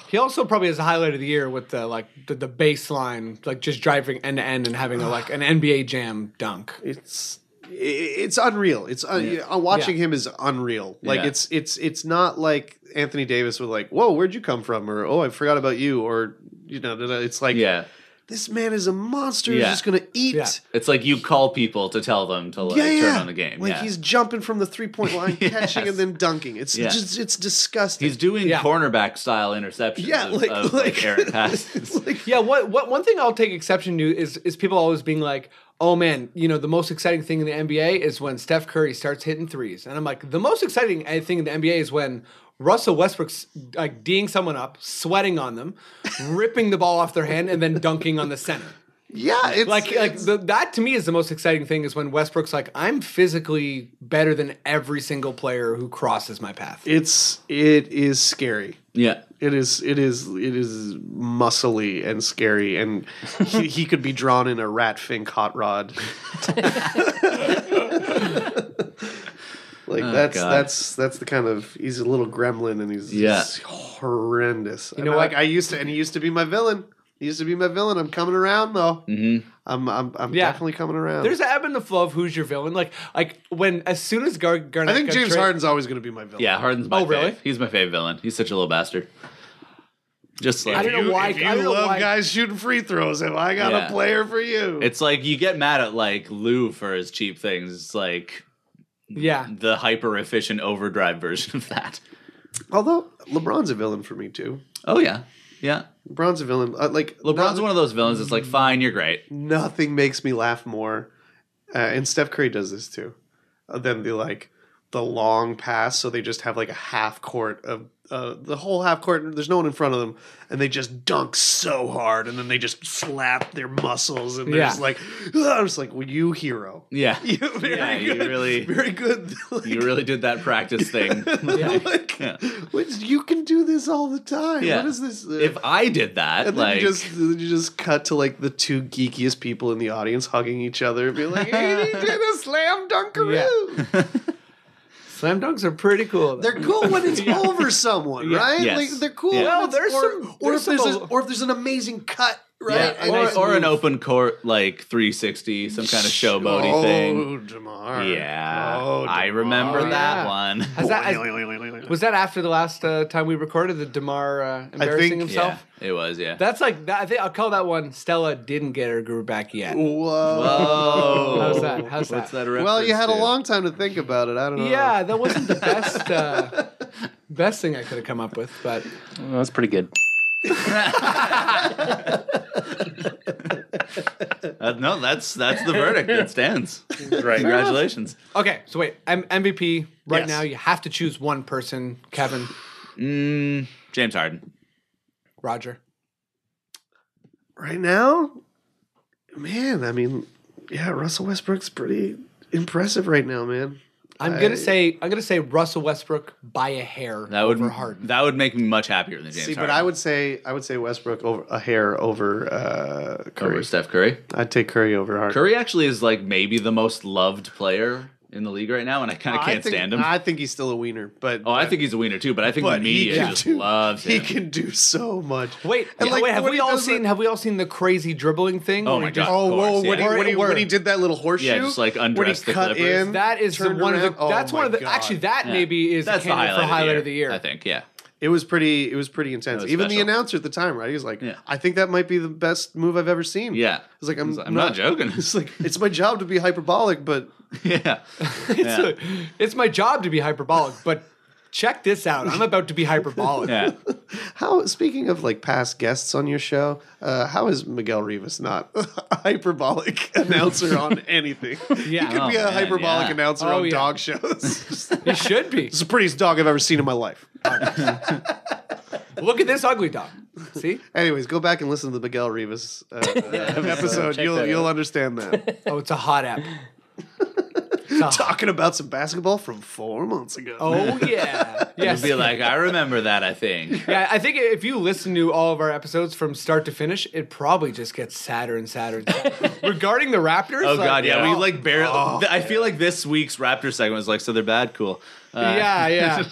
He also probably has the highlight of the year with the like the, the baseline, like just driving end to end and having a, like an NBA jam dunk. It's i- it's unreal. It's un, uh, watching him is unreal. Like Yeah. it's it's it's not like Anthony Davis with like, whoa, where'd you come from, or oh, I forgot about you, or you know, da- da. it's like, Yeah, this man is a monster. Yeah. He's just gonna eat. Yeah. it's like you call people to tell them to like yeah, yeah. turn on the game. Like yeah. he's jumping from the three point line, catching and Yes. then dunking. It's Yeah. just it's disgusting. he's doing Yeah. cornerback style interceptions. yeah, of- like, of, like, like Aaron passes. like Yeah, what what one thing I'll take exception to is is people always being like, "Oh man, you know the most exciting thing in the NBA is when Steph Curry starts hitting threes. and I'm like, the most exciting eh, thing in the NBA is when Russell Westbrook's like d'ing someone up, sweating on them, ripping the ball off their hand, and then dunking on the center. Yeah, it's Like, like the, that to me is the most exciting thing is when Westbrook's like, I'm physically better than every single player who crosses my path. it's it is scary. Yeah. It is it is it is muscly and scary, and he, he could be drawn in a rat fink hot rod. like that's Oh, God. that's that's the kind of he's a little gremlin, and he's Yeah. he's horrendous. You know know, like what? I used to, and he used to be my villain. He used to be my villain. I'm coming around though. Mm-hmm. I'm I'm, I'm Yeah. definitely coming around. There's an ebb and the flow of who's your villain. Like, like when as soon as Gar- Garnett, I think got James traded- Harden's always going to be my villain. Yeah, Harden's my Oh, really? fave. He's my favorite villain. He's such a little bastard. Just like I don't know why. If you I don't know love why. guys shooting free throws, have I got Yeah. a player for you? It's like you get mad at like Lou for his cheap things. It's like Yeah, the hyper efficient overdrive version of that. Although LeBron's a villain for me too. Oh yeah, yeah. LeBron's a villain. Uh, like LeBron's no- one of those villains. It's like fine, you're great. nothing makes me laugh more, uh, and Steph Curry does this too. Uh, than the like the long pass, so they just have like a half court of uh, the whole half court. and There's no one in front of them, and they just dunk so hard, and then they just slap their muscles, and they're Yeah. just like, "Ugh," I'm just like, well, you hero, Yeah, you very Yeah, you good, really- very good. Like, you really did that practice thing. like, Yeah. what- you can do this all the time. Yeah. What is this? uh, If I did that, And then like you just you just cut to like the two geekiest people in the audience hugging each other and be like, hey, he did a slam dunkaroo. slam dunks are pretty cool. They're cool when it's over someone, right? Yes. Like they're cool. Yeah. Oh, when No, it's- there's or, some- or there's if there's some- a, or if there's an amazing cut, right? Yeah, And or, it's- or an open court like 360, some kind of showboaty oh, thing. Jamar. Yeah, Oh, I Jamar. remember yeah. that one. Has that- has- was that after the last uh, time we recorded the Demar uh, embarrassing think- himself? yeah, it was. Yeah. That's like that, I think I'll call that one. Stella didn't get her groove back yet. Whoa. How's that? How's that? What's that? Well, you reference had a to? long time to think about it. I don't know. Yeah, that wasn't the best uh, best thing I could have come up with, but Well, that's pretty good. Uh, no, that's that's the verdict. It stands. Right. Congratulations. okay. So wait, M- MVP right Yes. now. You have to choose one person: Kevin, Mm, James Harden. Roger. right now, man, I mean, yeah, Russell Westbrook's pretty impressive right now, man. I'm I- gonna say I'm gonna say Russell Westbrook by a hair That would over Harden. that would make me much happier than James See, Harden. but I would say I would say Westbrook over a hair over uh, Curry. over Steph Curry. I'd take Curry over Harden. Curry actually is like maybe the most loved player in the league right now, and I kind of can't think, stand him. I think he's still a wiener, but oh, I think he's a wiener too, but I think the but he media can just do- loves he him. can do so much. Wait, And, like, wait. Have when we he all does seen? the- Have we all seen the crazy dribbling thing? oh where my he god! just- Oh, of course, whoa! When, yeah. he, when, he, Word, when he did that little horseshoe, just, like, when he undressed the cut Clippers. in, That is the turned one of around, the. oh that's one my of the. God. Actually, that Yeah. maybe is that's the the candidate highlight, for highlight of the year. I think. Yeah. It was pretty. It was pretty intense. was Even the special. announcer at the time, right? He was like, Yeah. "I think that might be the best move I've ever seen." Yeah. It's like, I I'm, was like, I'm not joking. It's like it's my job to be hyperbolic, but yeah. it's, a- it's my job to be hyperbolic, but check this out. I'm about to be hyperbolic. Yeah. how? Speaking of like past guests on your show, uh, how is Miguel Rivas not a hyperbolic announcer on anything? Yeah. he could Oh, be a man, hyperbolic yeah. announcer Oh, on yeah. dog shows. It should be. it's the prettiest dog I've ever seen in my life. Look at this ugly dog. See? Anyways, go back and listen to the Miguel Rivas uh, episode. check You'll that you'll understand that. Oh, it's a hot app. Talking about some basketball from four months ago. Oh yeah. Yes. Be like, I remember that. I think. yeah, I think if you listen to all of our episodes from start to finish, it probably just gets sadder and sadder. and sadder. Regarding the Raptors, Oh like, god, yeah. oh, We like barely. I feel like this week's Raptor segment was like, so they're bad. Cool. Uh, yeah, yeah.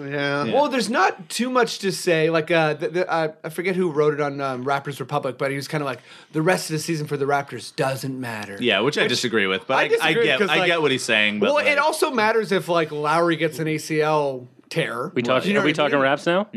yeah. Well, there's not too much to say. Like, uh, the, the, uh, I forget who wrote it on um, Rappers Republic, but he was kind of like, the rest of the season for the Raptors doesn't matter. Yeah, which, I disagree with, but I I, I, disagree get 'cause, I like- get what he's saying. But Well, like, it also matters if like Lowry gets an ACL tear. We talk, You know are we what I talking mean? raps now?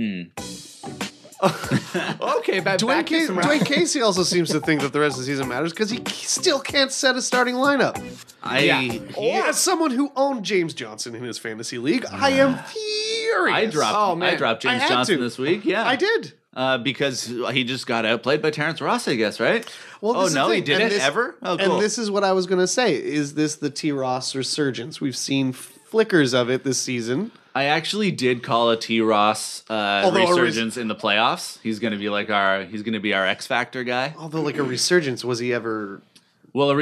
Okay, back, Dwayne, back to Casey, some Dwayne rap. Casey also seems to think that the rest of the season matters because he c- still can't set a starting lineup. I yeah. Or as someone who owned James Johnson in his fantasy league, I am furious. I dropped Oh, man. I dropped I James had Johnson to. this week. Yeah, I did. uh, because he just got outplayed by Terrence Ross, I guess, right? Well, oh this is no, the he thing, and didn't this- ever. Oh, cool. And this is what I was going to say: is this the T. Ross resurgence we've seen f- flickers of it this season. I actually did call a T Ross uh, Although a res- resurgence in the playoffs. He's going to be like our he's going to be our X Factor guy. Although, like a resurgence, was he ever? Well, a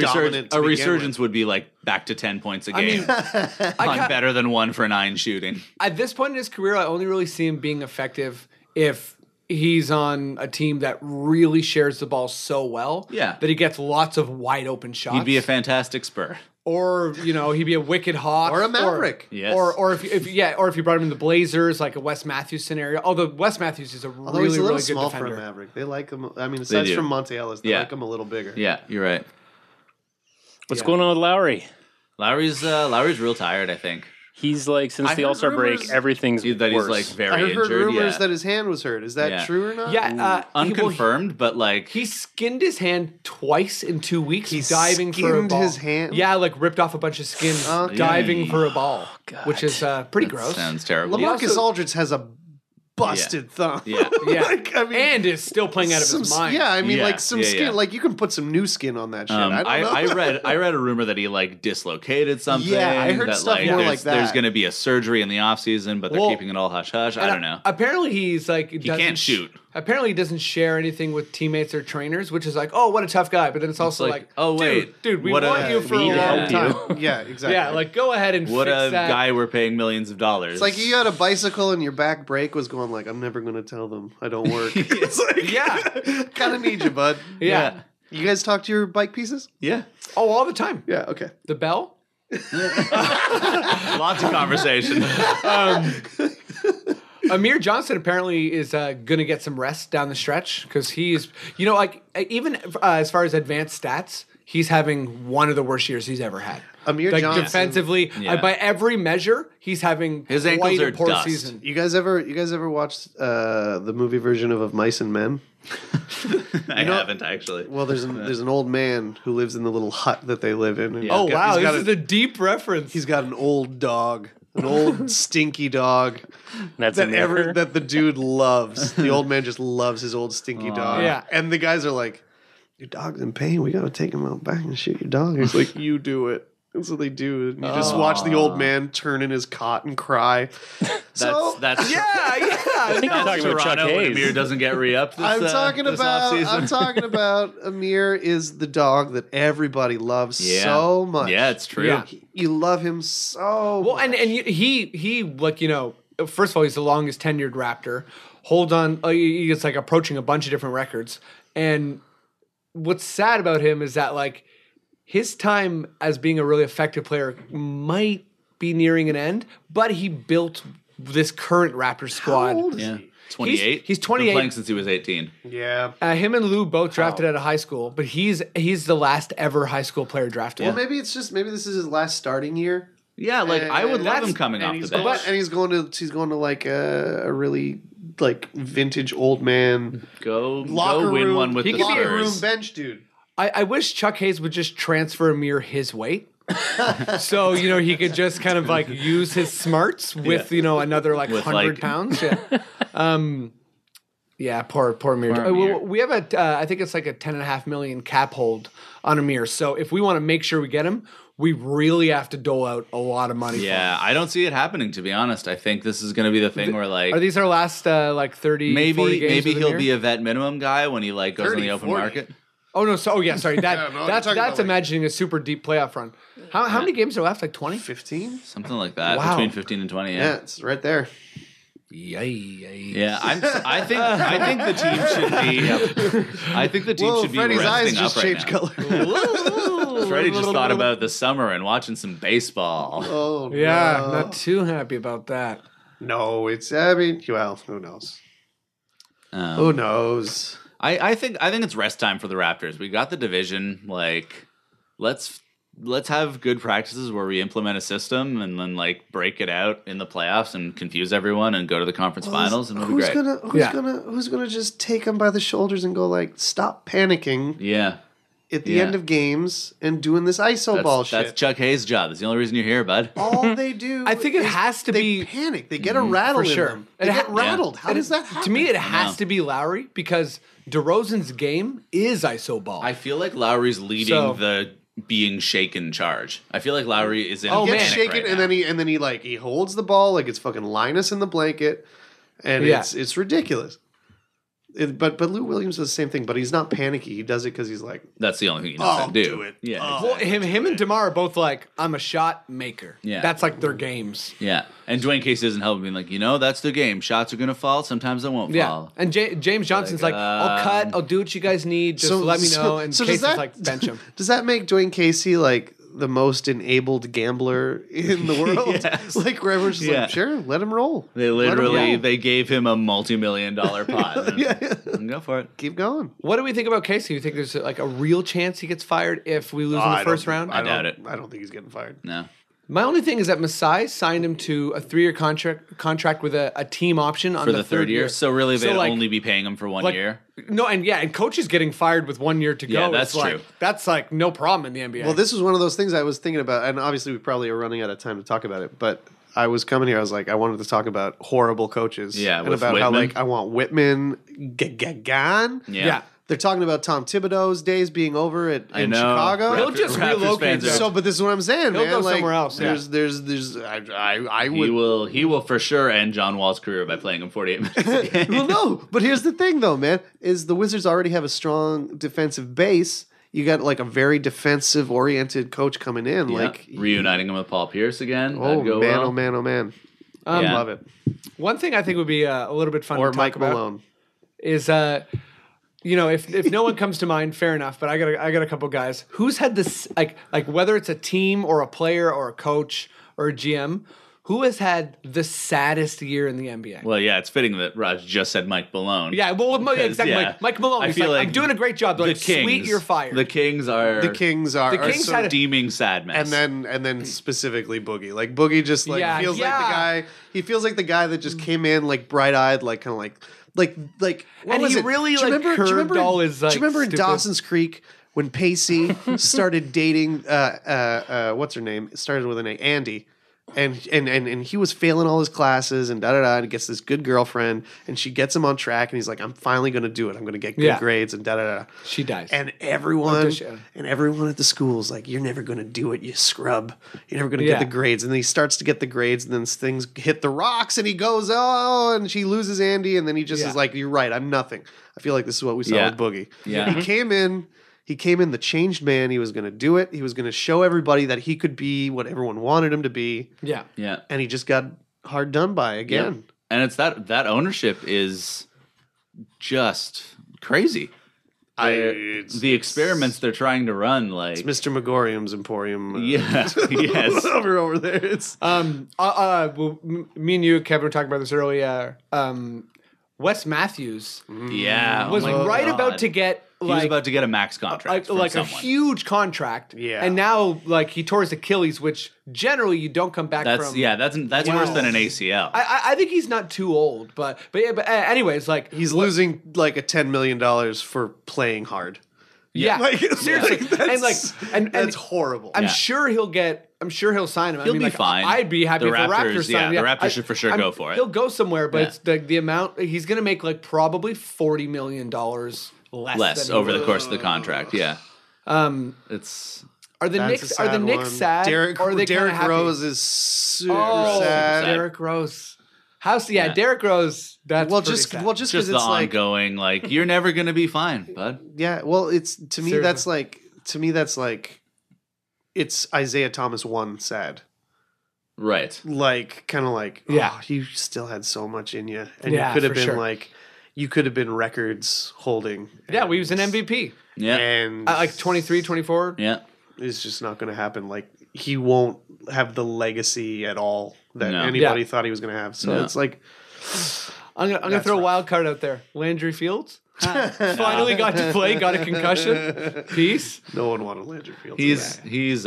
resurgence Dominant to a begin resurgence would be like back to ten points a game on ca- better than one for nine shooting. At this point in his career, I only really see him being effective if he's on a team that really shares the ball so well Yeah. that he gets lots of wide open shots. He'd be a fantastic spur. or you know he'd be a wicked hawk Or a Maverick. Yes. Or or if, if yeah, or if you brought him in the Blazers like a Wes Matthews scenario. Although Wes Matthews is a Although really he's a little really small good for a defender. Maverick. They like him. I mean, aside do. from Monte Ellis, they Yeah. like him a little bigger. Yeah, you're right. What's going on with Lowry? Lowry's uh, Lowry's real tired. I think He's like since I the heard All Star break, rumors everything's He- that he's worse. like very I heard injured. rumors yeah. that his hand was hurt. Is that Yeah. true or not? Yeah, uh, he- well, he- unconfirmed, but like He skinned his hand twice in two weeks. He diving for a skinned ball. his hand? Yeah, like ripped off a bunch of skin, Okay. diving for a ball, which is uh, pretty Oh, that gross. sounds terrible. Lamar- Lamarcus also- Aldridge has a busted thumb. yeah. Yeah, Like, I mean- and is still playing out of Some his s- mind. Yeah, I mean, Yeah, like some yeah, skin. yeah. Like you can put some new skin on that shit. Um, I don't I, know. I read I read a rumor that he like dislocated something. Yeah, I heard that, stuff more there's- like that. There's going to be a surgery in the off season, but they're Well, keeping it all hush hush. I And, uh, don't know. Apparently, he's like he can't shoot. Apparently, he doesn't share anything with teammates or trainers, which is like, oh, what a tough guy. But then it's also like, like, oh, dude, wait, dude, we what a- want you for we a long need time. help you. yeah, exactly. Yeah, like go ahead and what fix a that. guy we're paying millions of dollars. It's like you had a bicycle and your back brake was going like, I'm never going to tell them I don't work. it's like, Yeah. kind of need you, bud. Yeah. You guys talk to your bike pieces? yeah, Oh, all the time. Yeah. Okay. The bell. lots of conversation. Amir Johnson apparently is uh, going to get some rest down the stretch because he's, you know, like even uh, as far as advanced stats, he's having one of the worst years he's ever had. Amir like Johnson. defensively, Yeah. uh, by every measure, he's having His quite ankles a are poor dust. season. You guys ever? You guys ever watched uh, the movie version of Of Mice and Men? I haven't actually. Well, there's an, there's an old man who lives in the little hut that they live in. and Yeah. Oh he's got- wow, he's got this is a deep reference. he's got an old dog, an old stinky dog that's that in there. ever that the dude loves. The old man just loves his old stinky dog. Yeah. and the guys are like, "Your dog's in pain. We gotta take him out back and shoot your dog." He's like, "You do it." And so they do, and you just watch the old man turn in his cot and cry. so That's that's yeah, yeah. I think you're talking Toronto. about Chuck when Hayes. Amir doesn't get uh, re up. I'm talking about I'm talking about Amir is the dog that everybody loves Yeah. so much. Yeah, it's true. Yeah. you love him so. Well, much. and and you- he he like you know, first of all, he's the longest tenured Raptor. Hold on, uh, he- he's like approaching a bunch of different records. And what's sad about him is that like his time as being a really effective player might be nearing an end, but he built this current Raptor squad. old is Yeah. 28. he's Been 28. playing since he was 18. yeah. Uh, him and Lou both drafted out of high school, but he's he's the last ever high school player drafted. Well, maybe it's just maybe this is his last starting year. Yeah, like I would love that's- him coming off the he's bench. Going, and he's going to he's going to like a, a really like vintage old man go locker go win room. one with he the could be a room Spurs. bench dude. I, I wish Chuck Hayes would just transfer Amir his weight. so, you know, he could just kind of like use his smarts with, Yeah. you know, another like With, 100 like- pounds. Yeah. Um, yeah, poor, poor Amir. Poor Uh, we- Amir. We have a, uh, I think it's like a 10.5 million cap hold on Amir. So if we want to make sure we get him, we really have to dole out a lot of money. for him. Yeah, I don't see it happening to be honest. I think this is going to be the thing where like Are these our last uh, like 30, 40 maybe games maybe with he'll Amir? be a vet minimum guy when he like goes on 30, the open 40. market. Oh, no. So, oh, yeah. Sorry. That, no, you're that's talking about, that's like- imagining a super deep playoff run. How, how many games are left? Like 20? Fifteen. Something like that Wow. between 15 and 20. Yeah, Yeah. it's right there. Yay. yay. Yeah, I'm I think I think the team should be I think the team Whoa, should be Freddy's resting eyes up just right changed now. color. Freddie just thought about the summer and watching some baseball. oh Yeah, no. not too happy about that. no, it's I mean, well, who knows? Um, Who knows? I, I think I think it's rest time for the Raptors. We got the division. Like, let's let's have good practices where we implement a system and then like break it out in the playoffs and confuse everyone and go to the conference finals and it'll be who's great. gonna who's Yeah. gonna who's gonna just take him by the shoulders and go like, stop panicking Yeah, at the Yeah. end of games and doing this ISO that's, ball that's shit. Chuck Hayes' job. That's the only reason you're here, bud. all they do. I think it is has to they be- panic. They Mm, get a rattle For sure. in them. They It ha- get rattled. How It- does that happen? To me, it has to be Lowry because DeRozan's game is iso ball. I feel like Lowry's leading So- the being shaken charge. I feel like Lowry is in. Oh, a Gets man. panic shaken right and now. then he and then he like he holds the ball like it's fucking Linus in the blanket, and Yeah. it's it's ridiculous. It- but but Lou Williams does the same thing, but he's not panicky. He does it because he's like, That's the only thing he doesn't I'll do. Oh, do it. Yeah, I'll- Well, him, him and Demar are both like, I'm a shot maker. Yeah. that's like their games. Yeah, and Dwayne Casey doesn't help him being like, you know, that's the game. Shots are gonna fall. Sometimes they won't Yeah, fall. and J- James Johnson's like, Like, I'll cut, I'll do what you guys need, just let me know. And so does Casey's like, bench him. Does that make Dwayne Casey like the most enabled gambler in the world? Yes. Like where everyone's just Yeah. like, sure, let him roll. They Let him literally roll. they gave him a multi-million dollar pot. Yeah, yeah. go for it. keep going. What do we think about Casey? You think there's like a real chance he gets fired if we lose in the first round? I doubt don't- it. I don't think he's getting fired. No, My only thing is that Masai signed him to a three-year contract contract with a, a team option on for the, third year. So really, they'd like- only be paying him for one like, year. No, and yeah, and coach is getting fired with one year to go. Yeah, It's that's like- true. That's like no problem in the NBA. Well, this is one of those things I was thinking about, and obviously we probably are running out of time to talk about it. But I was coming here, I was like, I wanted to talk about horrible coaches, Yeah, and with about how Whitman. like I want Whitman Gagan. Yeah. yeah. They're talking about Tom Thibodeau's days being over at I in know. Chicago. He'll just Raptors relocate fans are- Yeah. So, but this is what I'm saying, He'll man. go like, somewhere else, yeah. There's, there's, there's. I, I, I He would. will. He will for sure end John Wall's career by playing him 48 minutes. a game. well, no. But here's the thing, though, man. Is the Wizards already have a strong defensive base? You got like a very defensive-oriented coach coming in, Yeah. like. reuniting him with Paul Pierce again. Oh That'd go man, well. oh man, oh man. Um, Yeah. Love it. One thing I think would be uh, a little bit fun Or to talk Mike about Malone. is, uh, you know, if, if no one comes to mind, fair enough. But I got a, I got a couple guys who's had this like like whether it's a team or a player or a coach or a GM who has had the saddest year in the NBA. Well, yeah, it's fitting that Raj just said Mike Malone. yeah, well, Mo- yeah, exactly. yeah. Mike, Mike Malone. I he's feel like, like I'm doing a great job. They're like, sweet, you're fired. The Kings are The Kings are, The are Kings so- had a- deeming sadness. and then and then specifically Boogie. Like Boogie just like Yeah, feels like yeah. Mm. the guy he feels like the guy that just came in like bright eyed, like kinda like like like what And was he it? really, Do you like, do you remember, curved all his, Do like, you remember in stupid- Dawson's Creek when Pacey started dating uh uh uh what's her name? It started with an A, Andy. And, and and and he was failing all his classes and da da da and he gets this good girlfriend and she gets him on track and he's like I'm finally gonna do it I'm gonna get good Yeah. grades and da da da she dies. and everyone Audition. and everyone at the school's like, "You're never going to do it, you scrub. You're never going to Yeah. get the grades." And then he starts to get the grades, and then things hit the rocks, and he goes, "Oh!" And she loses Andy, and then he just Yeah. is like, "You're right. I'm nothing." I feel like this is what we saw Yeah. with Boogie. Yeah. Mm-hmm. he came in. He came in the changed man. He was going to do it. He was going to show everybody that he could be what everyone wanted him to be, yeah. yeah, and he just got hard done by again. and it's that that ownership is just crazy. I, They're- it's, the experiments they're trying to run, like it's Mr. Megorium's Emporium. uh, yeah, yes, over over there. It's Um, uh, uh, well, m- me and you, Kevin, were talking about this earlier. Um, Wes Matthews yeah, was Mm-hmm. oh my right God. about to get He like was about to get a max contract, like, from like a someone. huge contract. Yeah. and now like he tore his Achilles, which generally you don't come back That's from. yeah, that's that's Wow. worse than an ACL. I- I, I think he's not too old, but but yeah, but uh, anyways, like He's losing like a ten million dollars for playing hard. yeah, Like, seriously, like, and like that's- and, and that's horrible. I'm Yeah. sure he'll get. I'm sure he'll sign him. I He'll mean, be like, fine. I'd be happy The if the Raptors- Raptors yeah, signed the him. Raptors should for sure go for it. He'll go somewhere, but Yeah. it's the, the amount he's going to make like probably forty million dollars less. less than he over the would. course of the contract. Yeah, Um, it's are the That's a Knicks are the sad Knicks one. sad? Derek, or are they kinda Derek happy? Rose is super Oh, sad. Super Derek Rose. How's yeah, Yeah. Derek Rose? That's Well, pretty just sad. well, just because just the it's like ongoing. Like you're never gonna be fine, bud. yeah. Well, it's to me Seriously. that's like to me that's like it's Isaiah Thomas one sad. Right. Like kind of like Yeah. oh, you still had so much in you, and Yeah, you could have for been sure. like you could have been records holding. yeah, we and- was an MVP Yeah. and at like 23, 24. Yeah. is just not going to happen. Like he won't have the legacy at all that No. anybody thought he was going to have. So No. it's like I'm gonna, I'm gonna That's throw a rough. wild card out there. Landry Fields finally got to play, got a concussion. Peace. no one wanted Landry Fields. He's in he's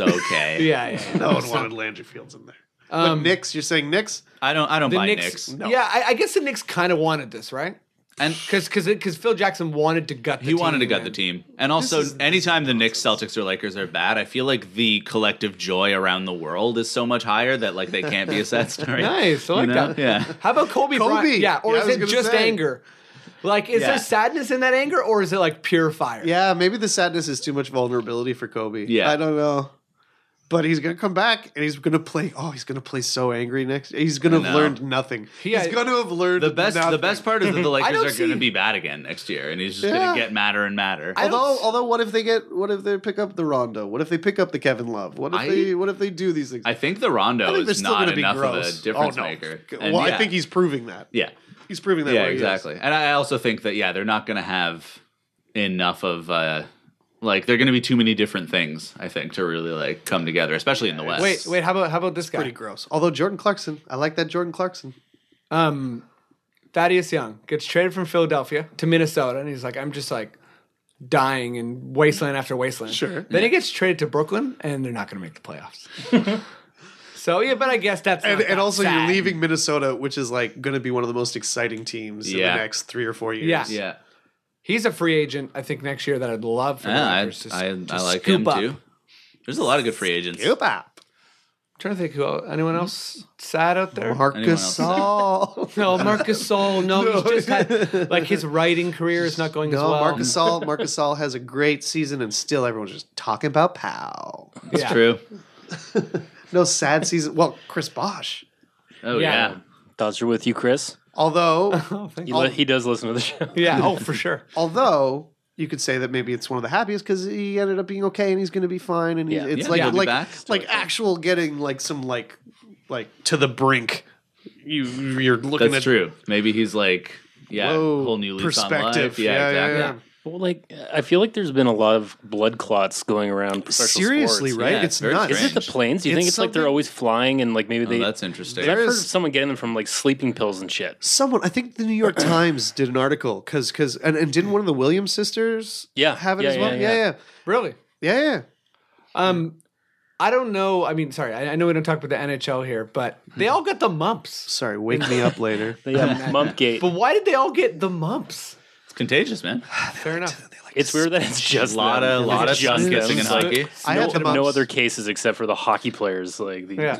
okay. Yeah, yeah. yeah. there. no one wanted Landry Fields in there. Um, but Knicks, you're saying Knicks? I don't I don't the buy Knicks. Knicks. No. Yeah, I, I guess the Knicks kind of wanted this, right? And Because because Phil Jackson wanted to gut. The he wanted to gut man. the team. And also anytime the Knicks, Celtics, or Lakers are bad, I feel like the collective joy around the world is so much higher that like they can't be a sad story. Nice, I You like know? that. Yeah. How about Kobe? Bryant? Kobe! Yeah, or Yeah, I is was it gonna just say. anger? Like, is Yeah. there sadness in that anger, or is it like pure fire? Yeah, maybe the sadness is too much vulnerability for Kobe. Yeah. I don't know. But he's gonna come back and he's gonna play. Oh, he's gonna play so angry next. He's gonna I have know. learned nothing. Yeah. He's gonna have learned The best, the nothing. best part is that the I Lakers don't are going see- to be bad again next year, and he's just Yeah. going to get madder and madder. I don't although, s- although, what if they get? What if they pick up the Rondo? What if they pick up the Kevin Love? What if I- they? What if they do these things? I think the Rondo I think they're is still not gonna be enough gross. of a difference oh, no. maker. And Well, I yeah. think he's proving that. yeah, He's proving that. yeah, where he is. exactly. And I also think that yeah, they're not going to have enough of uh, like they're going to be too many different things. I think to really like come together, especially in the West. Wait, wait. How about how about this guy? Pretty gross. Although Jordan Clarkson, I like that Jordan Clarkson. um, Thaddeus Young gets traded from Philadelphia to Minnesota, and he's like, I'm just like dying in wasteland after wasteland. Sure. Then he gets traded to Brooklyn, and they're not going to make the playoffs. so yeah, but I guess Oh, that's And, not and that also, sad. you're leaving Minnesota, which is like going to be one of the most exciting teams in Yeah. the next three or four years. Yeah. Yeah, He's a free agent, I think, next year that I'd love for the yeah I, Lakers to, I, to I like scoop him up. too. There's a lot of good free agents. Scoop up. trying to think who el- anyone Hmm? else sad out there. Marcus All. no, Marcus Sol. No, he's just had like his writing career is not going as No, well. Marcus All. Marcus All has a great season, and still everyone's just talking about Powell. That's Yeah. true. No sad season. Well, Chris Bosch. Oh Yeah. yeah. Thoughts are with you, Chris. Although, Oh, thank He, you. li- he does listen to the show. Yeah. Oh, for sure. although you could say that maybe it's one of the happiest because he ended up being okay and he's going to be fine, and he, Yeah. it's Yeah, like he'll be like back. like actual getting like some like like to the brink. You you're looking That's at true. Maybe he's like, yeah, Whoa, whole new lease on perspective. life. Yeah, exactly. yeah. Well, like I feel like there's been a lot of blood clots going around. Professional Seriously, sports. right? Yeah, it's very nuts. Is it the planes? Do you It's think it's like they're something- always flying and like maybe Oh, they? that's interesting. I've heard of There's- someone getting them from like sleeping pills and shit. Someone, I think the New York Times did an article because because and, and didn't one of the Williams sisters Yeah, have it yeah, as well? yeah, Yeah, yeah, Really. yeah, yeah. Um, I don't know. I mean, sorry. I, I know we don't talk about the NHL here, but Hmm. they all got the mumps. Sorry, wake me up later. They have Mumpgate. But why did they all get the mumps? It's contagious, man. Fair enough. It's weird that it's just a lot them. of lot of It's just sun them. kissing in It's like, hockey. I no, had the there are no mumps. other cases except for the hockey players, like the, Yeah.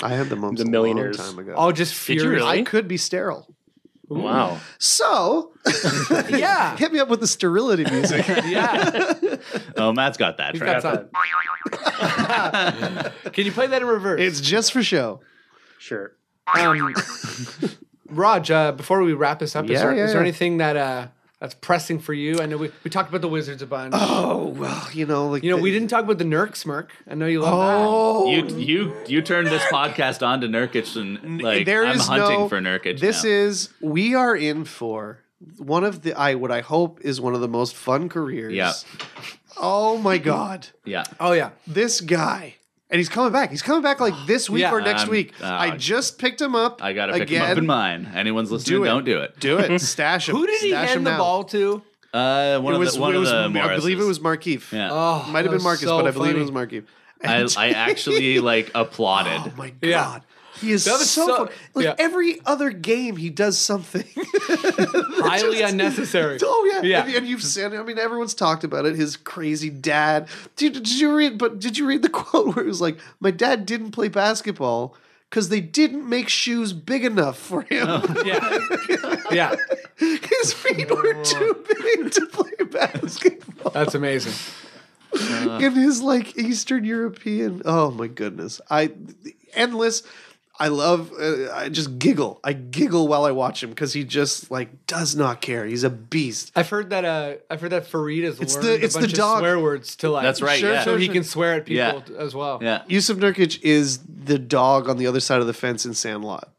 I had the mumps The the millionaires. a long time ago. Oh, All just Did you furious. really? I could be sterile. wow. So, Yeah. hit me up with the sterility music. Yeah. Oh, Matt's got that He's got track. some. Can you play that in reverse? it's just for show. Sure. Um, Raj, uh, before we wrap this up, is, Yeah, there, yeah, is there yeah. anything that uh, that's pressing for you? I know we, we talked about the Wizards a bunch. Oh well, you know, like you know, the- we didn't talk about the Nurk smirk. I know you love Oh, Ah, You you you turned this podcast on to Nurkic and like there I'm is hunting no- for Nurkic. This now. is we are in for one of the I what I hope is one of the most fun careers. Yeah. Oh my god, yeah. that. Oh, yeah. this guy. And he's coming back. He's coming back like this week Yeah. or next I'm- week. uh, I just picked him up. I gotta again. pick him up in mine. Anyone's listening? Do it. not do it. Do it. Stash him. Who did he Stash him hand the now. ball to? Uh, one It of was, the one it of was, the I believe it Morrises. was Markeith. Yeah. Oh, Might have that been Marcus, so but I believe funny. it was Markeith. I, I actually like applauded. Oh my god. Yeah. He is That was so, so- fun. like yeah. every other game he does something. Highly unnecessary. oh yeah, Yeah. And, and you've said I mean everyone's talked about it. His crazy dad. Did, did you read? But did you read the quote where it was like, "My dad didn't play basketball because they didn't make shoes big enough for him. Yeah. yeah. His feet were too big to play basketball." That's amazing. in his like Eastern European. Oh my goodness! I endless. I love. Uh, I just giggle. I giggle while I watch him because he just like does not care. He's a beast. I've heard that uh I've heard that Farid has It's learned the- it's a the bunch dog- of swear words to like That's right. Sure, yeah. so he sure. can swear at people Yeah. t- as well. Yeah. Yusuf Nurkic is the dog on the other side of the fence in Sandlot.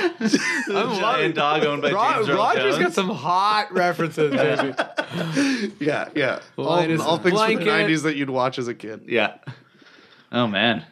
I'm giant dog owned by Ro- James Earl Roger's got Jones. some hot references, baby. Yeah, yeah. All, Linus all things from Blanket. the nineties that you'd watch as a kid. Yeah. Oh man.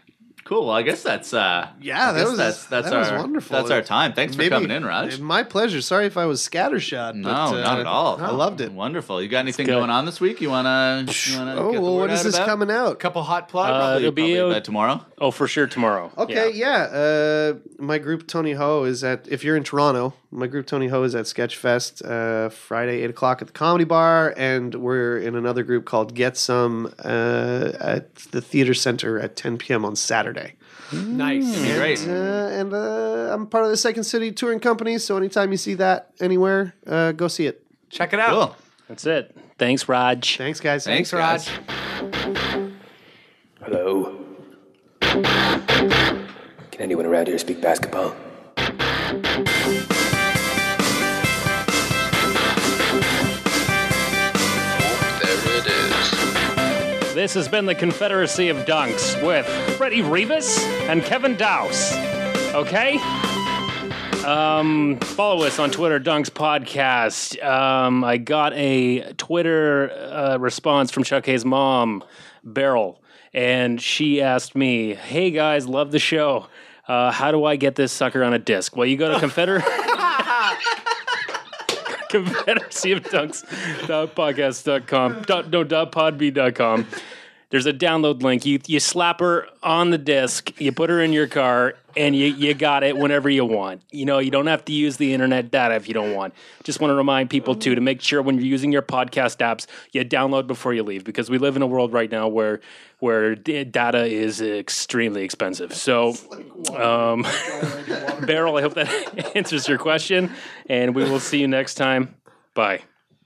Cool. Well, I guess that's uh Yeah, I that guess was- that's that's that was our wonderful. that's our time. Thanks for coming in, Raj. My pleasure. Sorry if I was scattershot. No, but, uh, not at all. I loved it. Wonderful. You got anything good. going on this week? You wanna? You wanna Oh get the well, word when is out this about? coming out? Couple hot plugs. Uh, it'll Probably be uh, by tomorrow. oh for sure tomorrow. Okay, yeah. Uh, my group Tony Ho is at. If you're in Toronto, My group Tony Ho is at Sketchfest uh, Friday, eight o'clock at the Comedy Bar, and we're in another group called Get Some uh, at the Theater Center at 10 p.m. on Saturday. Nice. Great. Uh, and uh, I'm part of the Second City touring company, so anytime you see that anywhere, uh, go see it. Check it out. Cool. That's it. Thanks, Raj. Thanks, guys. Thanks, Raj. guys. Hello? Can anyone around here speak basketball? There it is. This has been the Confederacy of Dunks with Freddie Rivas and Kevin Dowse. Okay? Um, follow us on Twitter, Dunks Podcast. Um, I got a Twitter uh, response from Chuck Hayes' mom, Beryl, and she asked me, Hey guys, love the show. Uh, how do I get this sucker on a disc? Well, you go to Confederate. Confederacy of Dunks dot podcast.com. Dot, no, dot podbean.com. There's a download link. You you slap her on the disc, you put her in your car, and you, you got it whenever you want. You know, you don't have to use the internet data if you don't want. Just want to remind people too to make sure when you're using your podcast apps, you download before you leave because we live in a world right now where where d- data is extremely expensive. So um, Beryl, I hope that answers your question, and we will see you next time. Bye.